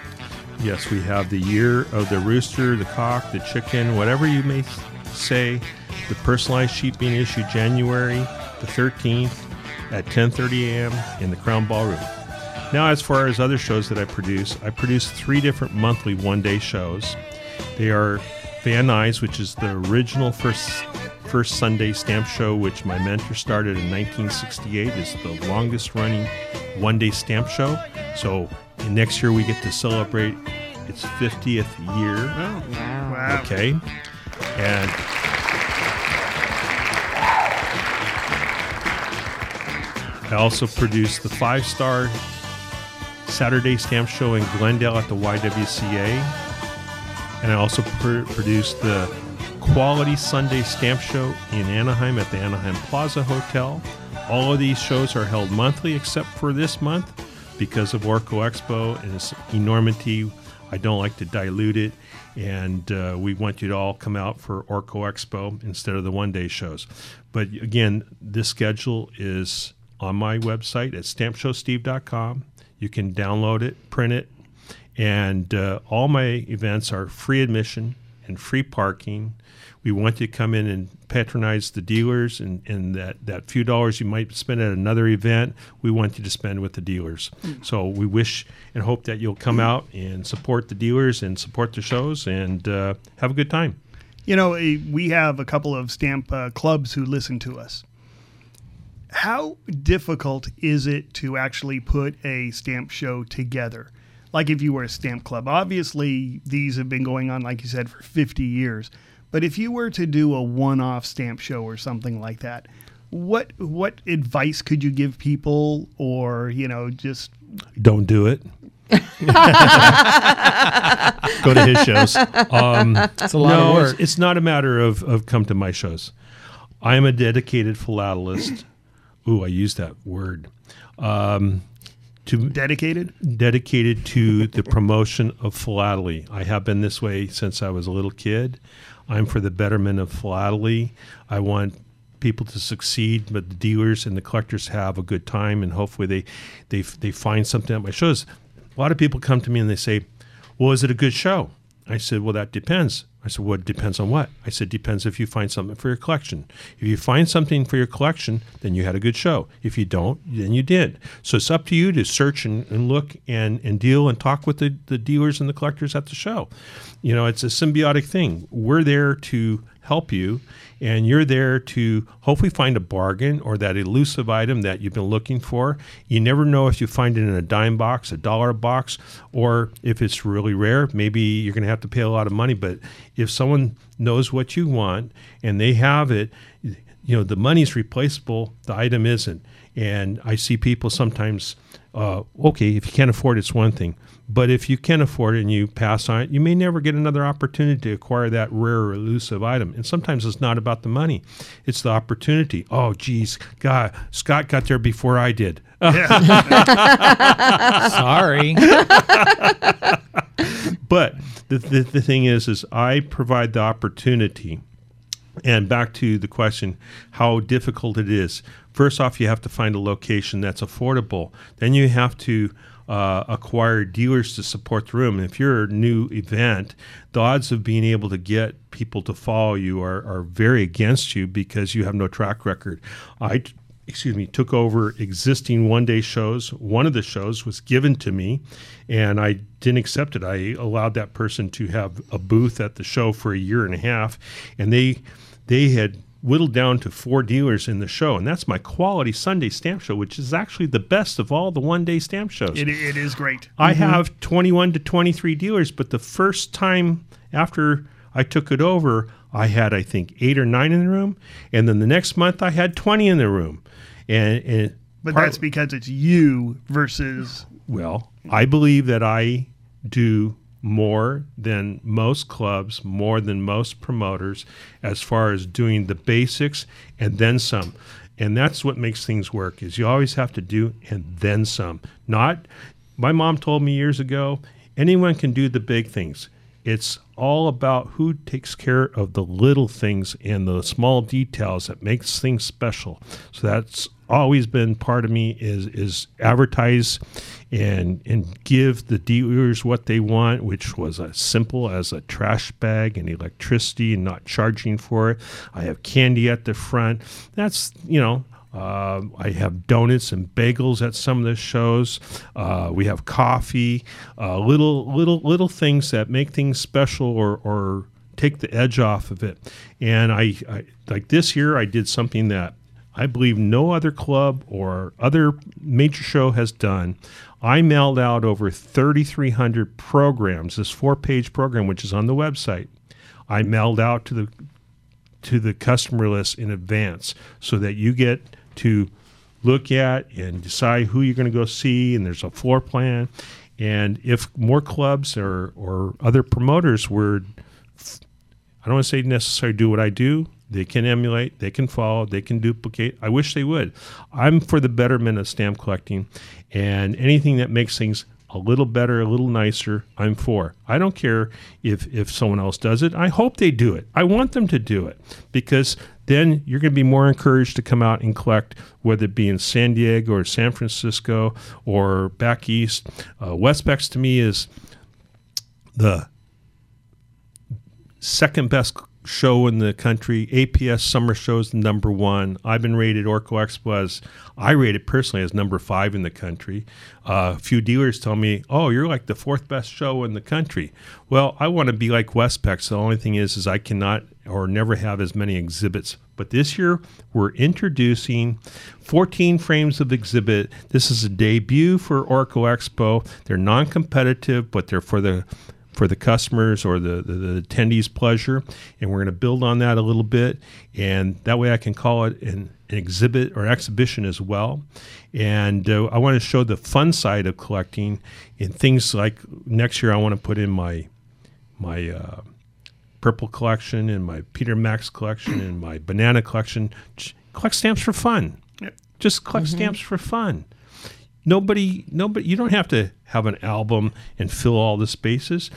Yes, we have the year of the rooster, the cock, the chicken, whatever you may say. The personalized sheet being issued January the 13th at 10:30 a.m. in the Crown Ballroom. Now, as far as other shows that I produce, I produce three different monthly one-day shows. They are Van Nuys, which is the original first first Sunday stamp show, which my mentor started in 1968. It's the longest-running one-day stamp show. So and next year we get to celebrate its 50th year. Oh, wow. Okay. And I also produced the five star Saturday Stamp Show in Glendale at the YWCA. And I also pr- produced the Quality Sunday Stamp Show in Anaheim at the Anaheim Plaza Hotel. All of these shows are held monthly except for this month because of Orco Expo and its enormity. I don't like to dilute it. And uh, we want you to all come out for Orco Expo instead of the one day shows. But again, this schedule is on my website at stampshowsteve.com. You can download it, print it, and uh, all my events are free admission and free parking. We want you to come in and patronize the dealers, and, and that, that few dollars you might spend at another event, we want you to spend with the dealers. So we wish and hope that you'll come out and support the dealers and support the shows and uh, have a good time. You know, eh, we have a couple of stamp uh, clubs who listen to us. How difficult is it to actually put a stamp show together? Like if you were a stamp club, obviously these have been going on, like you said, for 50 years. But if you were to do a one off stamp show or something like that, what what advice could you give people or you know just Don't do it. Go to his shows. Um, It's a lot no, of work. It's, it's not a matter of, of come to my shows. I am a dedicated philatelist. Ooh, I used that word. Um, to dedicated, dedicated to the promotion of philately. I have been this way since I was a little kid. I'm for the betterment of philately. I want people to succeed, but the dealers and the collectors have a good time, and hopefully they they they find something at my shows. A lot of people come to me and they say, "Well, is it a good show?" I said, "Well, that depends." I said, "Well, it depends on what?" I said, "Depends if you find something for your collection. If you find something for your collection, then you had a good show. If you don't, then you did. So it's up to you to search and, and look and, and deal and talk with the, the dealers and the collectors at the show. You know, it's a symbiotic thing. We're there to help you, and you're there to hopefully find a bargain or that elusive item that you've been looking for. You never know if you find it in a dime box, a dollar box, or if it's really rare, maybe you're going to have to pay a lot of money. But if someone knows what you want and they have it, you know, the money's replaceable, the item isn't. And I see people sometimes, uh, okay, if you can't afford it, it's one thing. But if you can afford it and you pass on it, you may never get another opportunity to acquire that rare or elusive item. And sometimes it's not about the money, it's the opportunity. Oh, geez, God, Scott got there before I did. Uh, Sorry. but the, the, the thing is, is I provide the opportunity. And back to the question, how difficult it is. First off, you have to find a location that's affordable. Then you have to uh, acquire dealers to support the room. And if you're a new event, the odds of being able to get people to follow you are, are very against you because you have no track record. I t- excuse me, took over existing one day shows. One of the shows was given to me and I didn't accept it. I allowed that person to have a booth at the show for a year and a half and they they had whittled down to four dealers in the show and that's my quality Sunday stamp show which is actually the best of all the one day stamp shows. it, it is Mm-hmm. great I have 21 to 23 dealers, but the first time after I took it over, I had, I think, eight or nine in the room. And then the next month, I had 20 in the room. And, and but part- that's because it's you versus well, I believe that I do more than most clubs, more than most promoters, as far as doing the basics and then some. and that's what makes things work is you always have to do and then some not my mom told me years ago anyone can do the big things it's all about who takes care of the little things and the small details that makes things special so that's always been part of me is is advertise and and give the dealers what they want which was as simple as a trash bag and electricity and not charging for it i have candy at the front that's you know uh, I have donuts and bagels at some of the shows. Uh, we have coffee, uh, little little little things that make things special or, or take the edge off of it. And I, I like this year I did something that I believe no other club or other major show has done. I mailed out over 3,300 programs, this four-page program which is on the website. I mailed out to the to the customer list in advance so that you get to look at and decide who you're going to go see and there's a floor plan and if more clubs or, or other promoters were i don't want to say necessarily do what i do they can emulate they can follow they can duplicate i wish they would i'm for the betterment of stamp collecting and anything that makes things a little better, a little nicer, I'm for. I don't care if if someone else does it. I hope they do it. I want them to do it because then you're going to be more encouraged to come out and collect, whether it be in San Diego or San Francisco or back east. Uh, Westpex to me is the second best show in the country. APS Summer Show is number one. I've been rated Orco Expo as I rated personally as number five in the country. Uh, a few dealers tell me, "Oh, you're like the fourth best show in the country." Well, I want to be like Westpex. The only thing is, is I cannot or never have as many exhibits. But this year, we're introducing 14 frames of exhibit. This is a debut for Orco Expo. They're non-competitive, but they're for the for the customers or the, the, the, attendees' pleasure. And we're going to build on that a little bit. And that way I can call it an, an exhibit or exhibition as well. And uh, I want to show the fun side of collecting in things like next year I want to put in my, my, uh, Purple collection and my Peter Max collection and my banana collection. Just collect stamps for fun. Yep. Just collect mm-hmm. stamps for fun nobody nobody you don't have to have an album and fill all the spaces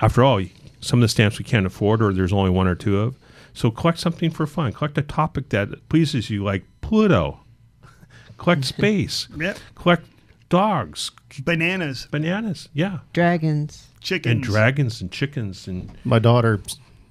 after all some of the stamps we can't afford or there's only one or two of so collect something for fun collect a topic that pleases you like pluto collect space yep. collect dogs bananas bananas yeah dragons chickens and dragons and chickens and my daughter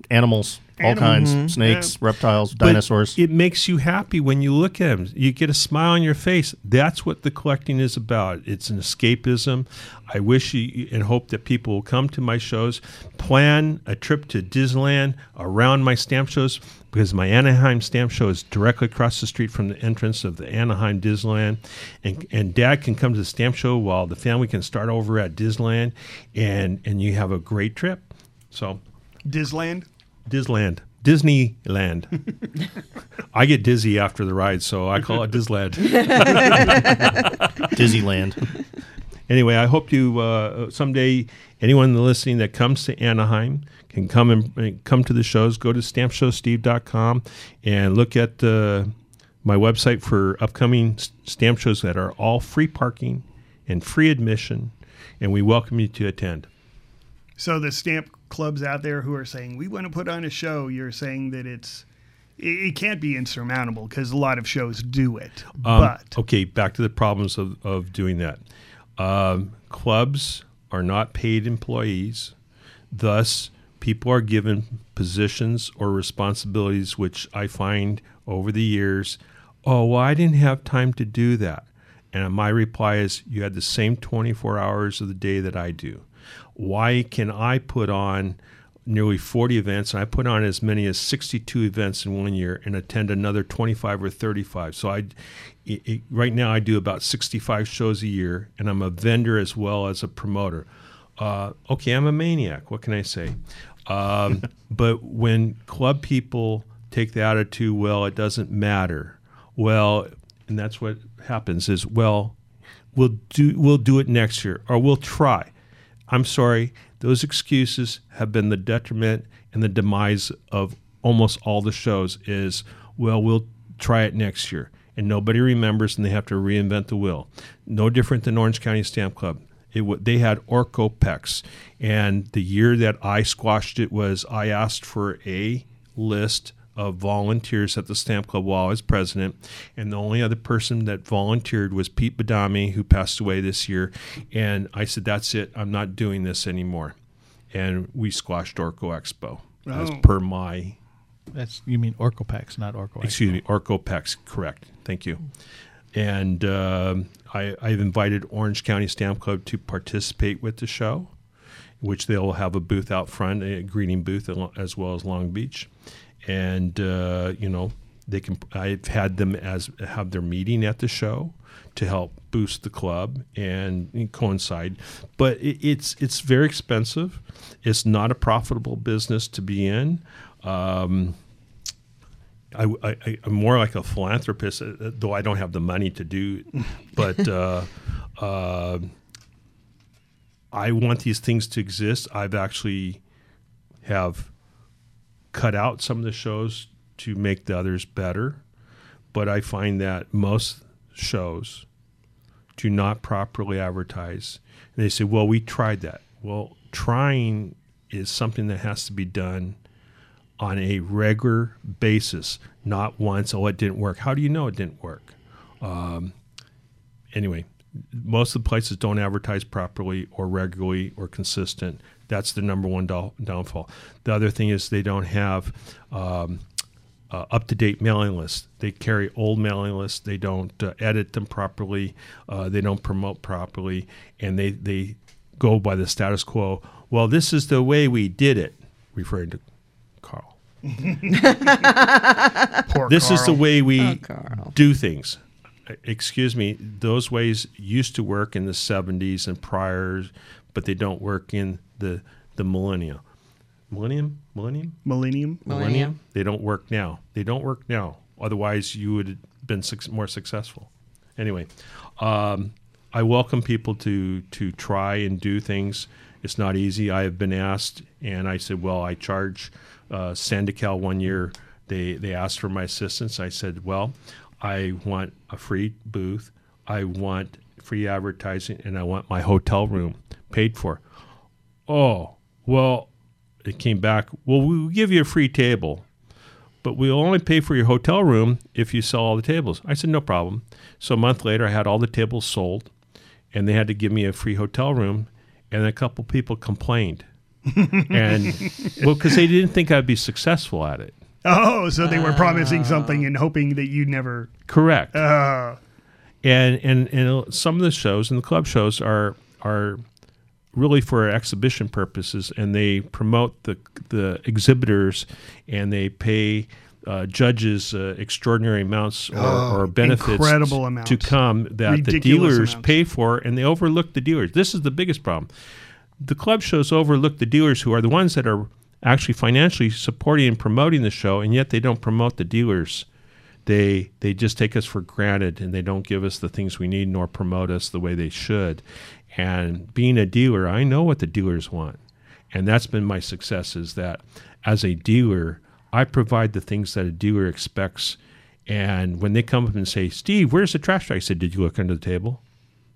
animals all Animal. kinds Mhm. snakes Yeah. reptiles But dinosaurs it makes you happy when you look at them. You get a smile on your face. That's what the collecting is about. It's an escapism. I wish you, and hope that people will come to my shows, plan a trip to Disneyland around my stamp shows because my Anaheim stamp show is directly across the street from the entrance of the Anaheim Disneyland, and and Dad can come to the stamp show while the family can start over at Disneyland, and and you have a great trip. So Disland. Disland. Disneyland. I get dizzy after the ride, so I call it Disland. Disneyland. Anyway, I hope you uh, someday anyone listening that comes to Anaheim can come and, and come to the shows. Go to stampshowsteve.com and look at uh, my website for upcoming s- stamp shows that are all free parking and free admission, and we welcome you to attend. So the stamp clubs out there who are saying we want to put on a show, you're saying that it's it, it can't be insurmountable because a lot of shows do it. Um, but okay, back to the problems of, of doing that. Um, clubs are not paid employees, thus, people are given positions or responsibilities, which I find over the years, oh, well, I didn't have time to do that. And my reply is, you had the same 24 hours of the day that I do. Why can I put on nearly 40 events and I put on as many as 62 events in one year and attend another 25 or 35? So I, it, it- right now, I do about 65 shows a year and I'm a vendor as well as a promoter. Uh, okay, I'm a maniac. What can I say? Um, but when club people take the attitude, well, it doesn't matter. Well, and that's what happens is, well, we'll do we'll do it next year or we'll try. I'm sorry, those excuses have been the detriment and the demise of almost all the shows is well we'll try it next year. And nobody remembers, and they have to reinvent the wheel. No different than Orange County Stamp Club. It wa they had Orcopex, and the year that I squashed it was I asked for a list of volunteers at the Stamp Club while I was president, and the only other person that volunteered was Pete Badami, who passed away this year. And I said, "That's it. I'm not doing this anymore." And we squashed Orco Expo as Oh. per my That's you mean Orcopex, not Orco. excuse me, Orcopex, correct. Thank you. And um I, I've invited Orange County Stamp Club to participate with the show, which they'll have a booth out front, a greeting booth, al- as well as Long Beach. And uh, you know, they can. I've had them as have their meeting at the show to help boost the club and coincide. But it, it's it's very expensive. It's not a profitable business to be in. Um, I, I, I'm more like a philanthropist, uh, uh, though I don't have the money to do. But uh, uh, I want these things to exist. I've actually have cut out some of the shows to make the others better, but I find that most shows do not properly advertise. And they say, "Well, we tried that." Well, trying is something that has to be done on a regular basis, not once. Oh, it didn't work. How do you know it didn't work? Um, anyway, most of the places don't advertise properly or regularly or consistent. That's the number one dow- downfall. The other thing is they don't have um, uh, up to date mailing lists. They carry old mailing lists. They don't uh, edit them properly. Uh, they don't promote properly, and they they go by the status quo. Well, this is the way we did it, referring to Carl this is the way we do things. Uh, Excuse me, those ways used to work in the 70s and prior, but they don't work in the, the millennia. Millennium? Millennium? Millennium. Millennium. They don't work now. They don't work now. Otherwise, you would have been suc more successful. Anyway, um, I welcome people to to try and do things. It's not easy. I have been asked, and I said, "Well, I charge uh, Sandical one year." They they asked for my assistance. I said, "Well, I want a free booth. I want free advertising, and I want my hotel room paid for." Oh, well, it came back. Well, we'll give you a free table, but we'll only pay for your hotel room if you sell all the tables. I said, no problem. So a month later, I had all the tables sold, and they had to give me a free hotel room, and a couple people complained. and well, because they didn't think I'd be successful at it. Oh, so they were promising something and hoping that you never. Correct. Uh, and and and some of the shows and the club shows are are really for exhibition purposes, and they promote the the exhibitors, and they pay. Uh, judges uh, extraordinary amounts or, Oh, or benefits incredible to amounts. come that the Ridiculous dealers amounts. pay for and they overlook the dealers this is the biggest problem the club shows overlook the dealers who are the ones that are actually financially supporting and promoting the show and yet they don't promote the dealers they they just take us for granted and they don't give us the things we need nor promote us the way they should and being a dealer i know what the dealers want and that's been my success is that as a dealer i provide the things that a dealer expects and when they come up and say steve where's the trash bag i said did you look under the table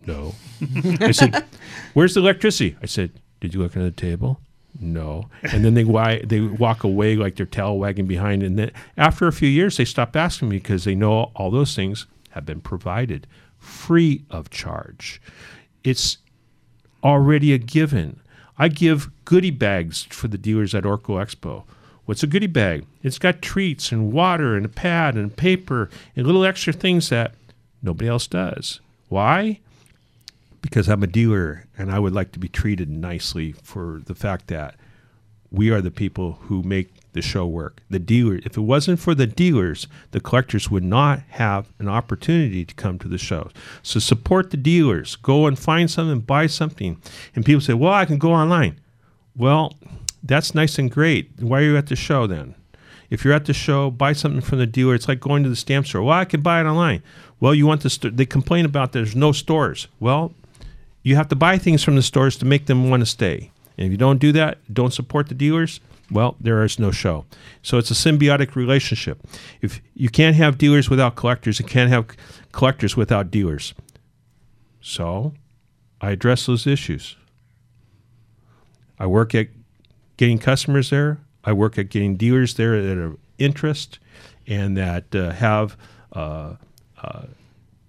no i said where's the electricity i said did you look under the table no and then they why they walk away like their tail wagging behind and then after a few years they stop asking me because they know all those things have been provided free of charge it's already a given. I give goodie bags for the dealers at Orco Expo. What's a goodie bag? It's got treats and water and a pad and paper and little extra things that nobody else does. Why? Because I'm a dealer and I would like to be treated nicely for the fact that we are the people who make the show work. The dealer, if it wasn't for the dealers, the collectors would not have an opportunity to come to the shows. So support the dealers. Go and find something, buy something. And people say, "Well, I can go online." Well, that's nice and great. Why are you at the show then? If you're at the show, buy something from the dealer. It's like going to the stamp store. Well, I can buy it online. Well, you want the st- they complain about there's no stores. Well, you have to buy things from the stores to make them want to stay. And if you don't do that, don't support the dealers, Well, there is no show. So it's a symbiotic relationship. If you can't have dealers without collectors, you can't have c- collectors without dealers. So I address those issues. I work at getting customers there. I work at getting dealers there that are interest and that uh, have uh, uh,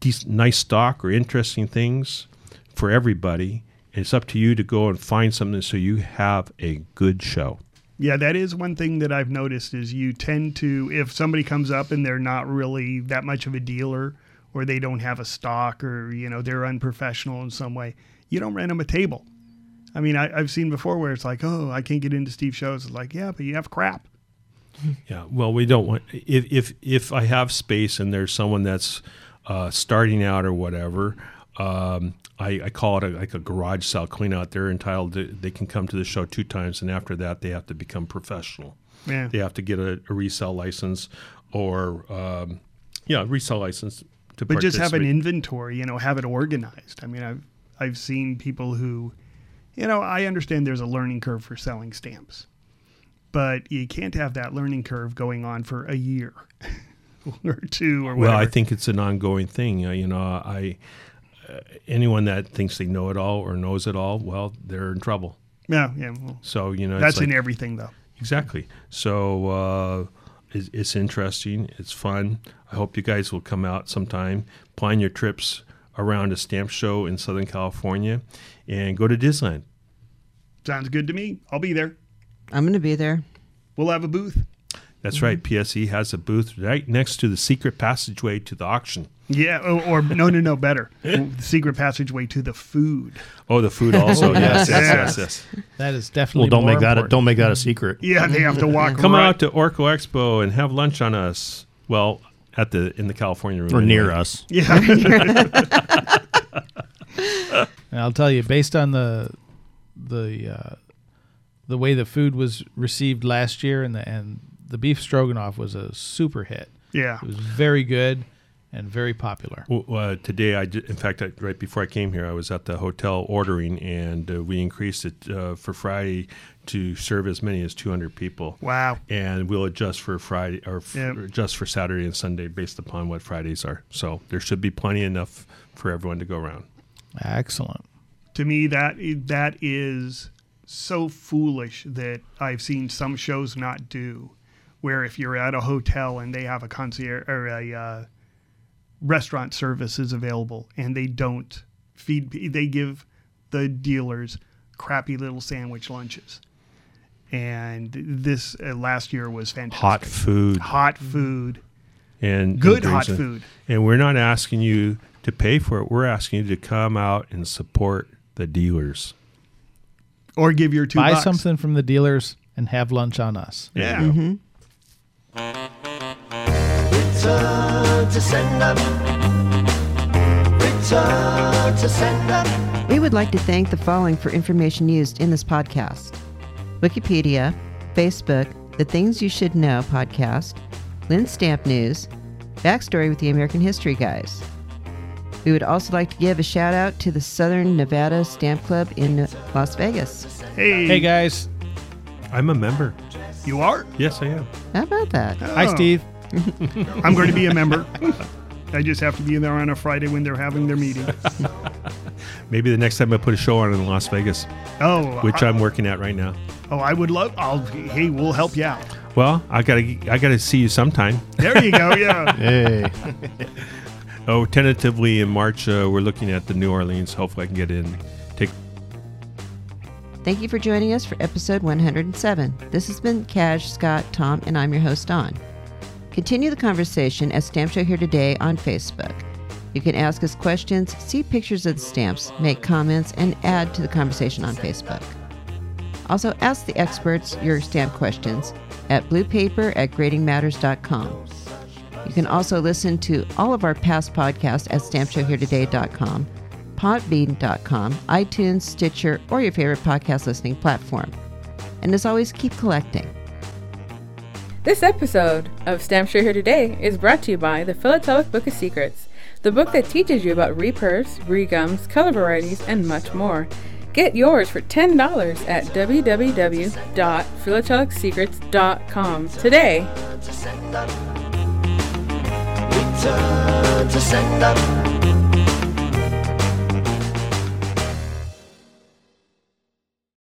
dec- nice stock or interesting things for everybody. And it's up to you to go and find something so you have a good show. Yeah, that is one thing that I've noticed is you tend to if somebody comes up and they're not really that much of a dealer or they don't have a stock or you know they're unprofessional in some way, you don't rent them a table. I mean, I, I've seen before where it's like, oh, I can't get into Steve shows. It's like, yeah, but you have crap. Yeah. Well, we don't want if if if I have space and there's someone that's uh, starting out or whatever. Um, I, I call it a, like a garage sale clean out. They're entitled to, they can come to the show two times, and after that, they have to become professional. Yeah. They have to get a, a resale license or, um, yeah, resale license to but just have an participate. inventory you know have it organized i mean i've i've seen people who you know i understand there's a learning curve for selling stamps but you can't have that learning curve going on for a year or two or whatever Well, I think it's an ongoing thing. Uh, You know, I uh, anyone that thinks they know it all or knows it all, well, they're in trouble. yeah yeah well, So you know, it's that's in like- everything though Exactly. So uh, it's, it's interesting. It's fun. I hope you guys will come out sometime. Plan your trips around a stamp show in Southern California, and go to Disneyland. sounds good to me i'll be there I'm going to be there. we'll have a booth That's Mm-hmm. right. PSE has a booth right next to the secret passageway to the auction. yeah or, or no no no better the secret passageway to the food Oh, the food also. yes, yes, yes, yes. That is Well, definitely. don't more make that a, important. don't make that a secret. yeah they have to walk Come right- out to Orco Expo and have lunch on us. Well, at the in the California room Or near anyway. us. yeah And I'll tell you, based on the the uh, the way the food was received last year, and the and the beef stroganoff was a super hit. yeah It was very good and very popular. Well, uh, today, I did, in fact, I, right before I came here, I was at the hotel ordering, and uh, we increased it uh, for Friday to serve as many as 200 people. wow And we'll adjust for Friday or, f- Yep. or adjust for Saturday and Sunday based upon what Fridays are. So there should be plenty enough for everyone to go around. Excellent. to me that that is so foolish that I've seen some shows not do, where if you're at a hotel and they have a concierge or a uh, restaurant services available and they don't feed, pe- they give the dealers crappy little sandwich lunches. And this uh, last year was fantastic. Hot food hot food, and good and hot drinks. food. And we're not asking you to pay for it. We're asking you to come out and support the dealers. or give your two Buy bucks. something from the dealers and have lunch on us. Yeah. Return to sender. Return to sender. We would like to thank the following for information used in this podcast Wikipedia, Facebook, The Things You Should Know podcast, Lynn Stamp News, Backstory with the American History Guys. We would also like to give a shout out to the Southern Nevada Stamp Club in Las Vegas. Hey, Hey guys, I'm a member. you are. Yes, I am. How about that? hi Oh. Steve. I'm going to be a member. I just have to be there on a Friday when they're having their meeting. Maybe the next time I put a show on in Las Vegas. Oh, which I, I'm working at right now. oh, I would love. I'll hey, we'll help you out. Well, I gotta I gotta see you sometime. There you go. Yeah, Hey, Oh, tentatively in March uh, we're looking at the New Orleans. Hopefully, I can get in. Take Thank you for joining us for episode 107. This has been Cash, Scott, Tom, and I'm your host, Don. Continue the conversation at Stamp Show Here Today on Facebook. You can ask us questions, see pictures of the stamps, make comments, and add to the conversation on Facebook. Also, ask the experts your stamp questions at bluepaper at gradingmatters.com. You can also listen to all of our past podcasts at stampshowheretoday.com, podbean.com, iTunes, Stitcher, or your favorite podcast listening platform. And as always, keep collecting. This episode of Stampshire Here Today is brought to you by the Philatelic Book of Secrets, the book that teaches you about repurs, regums, color varieties, and much more. Get yours for $10 at www.philatelicsecrets.com today. Return to sender.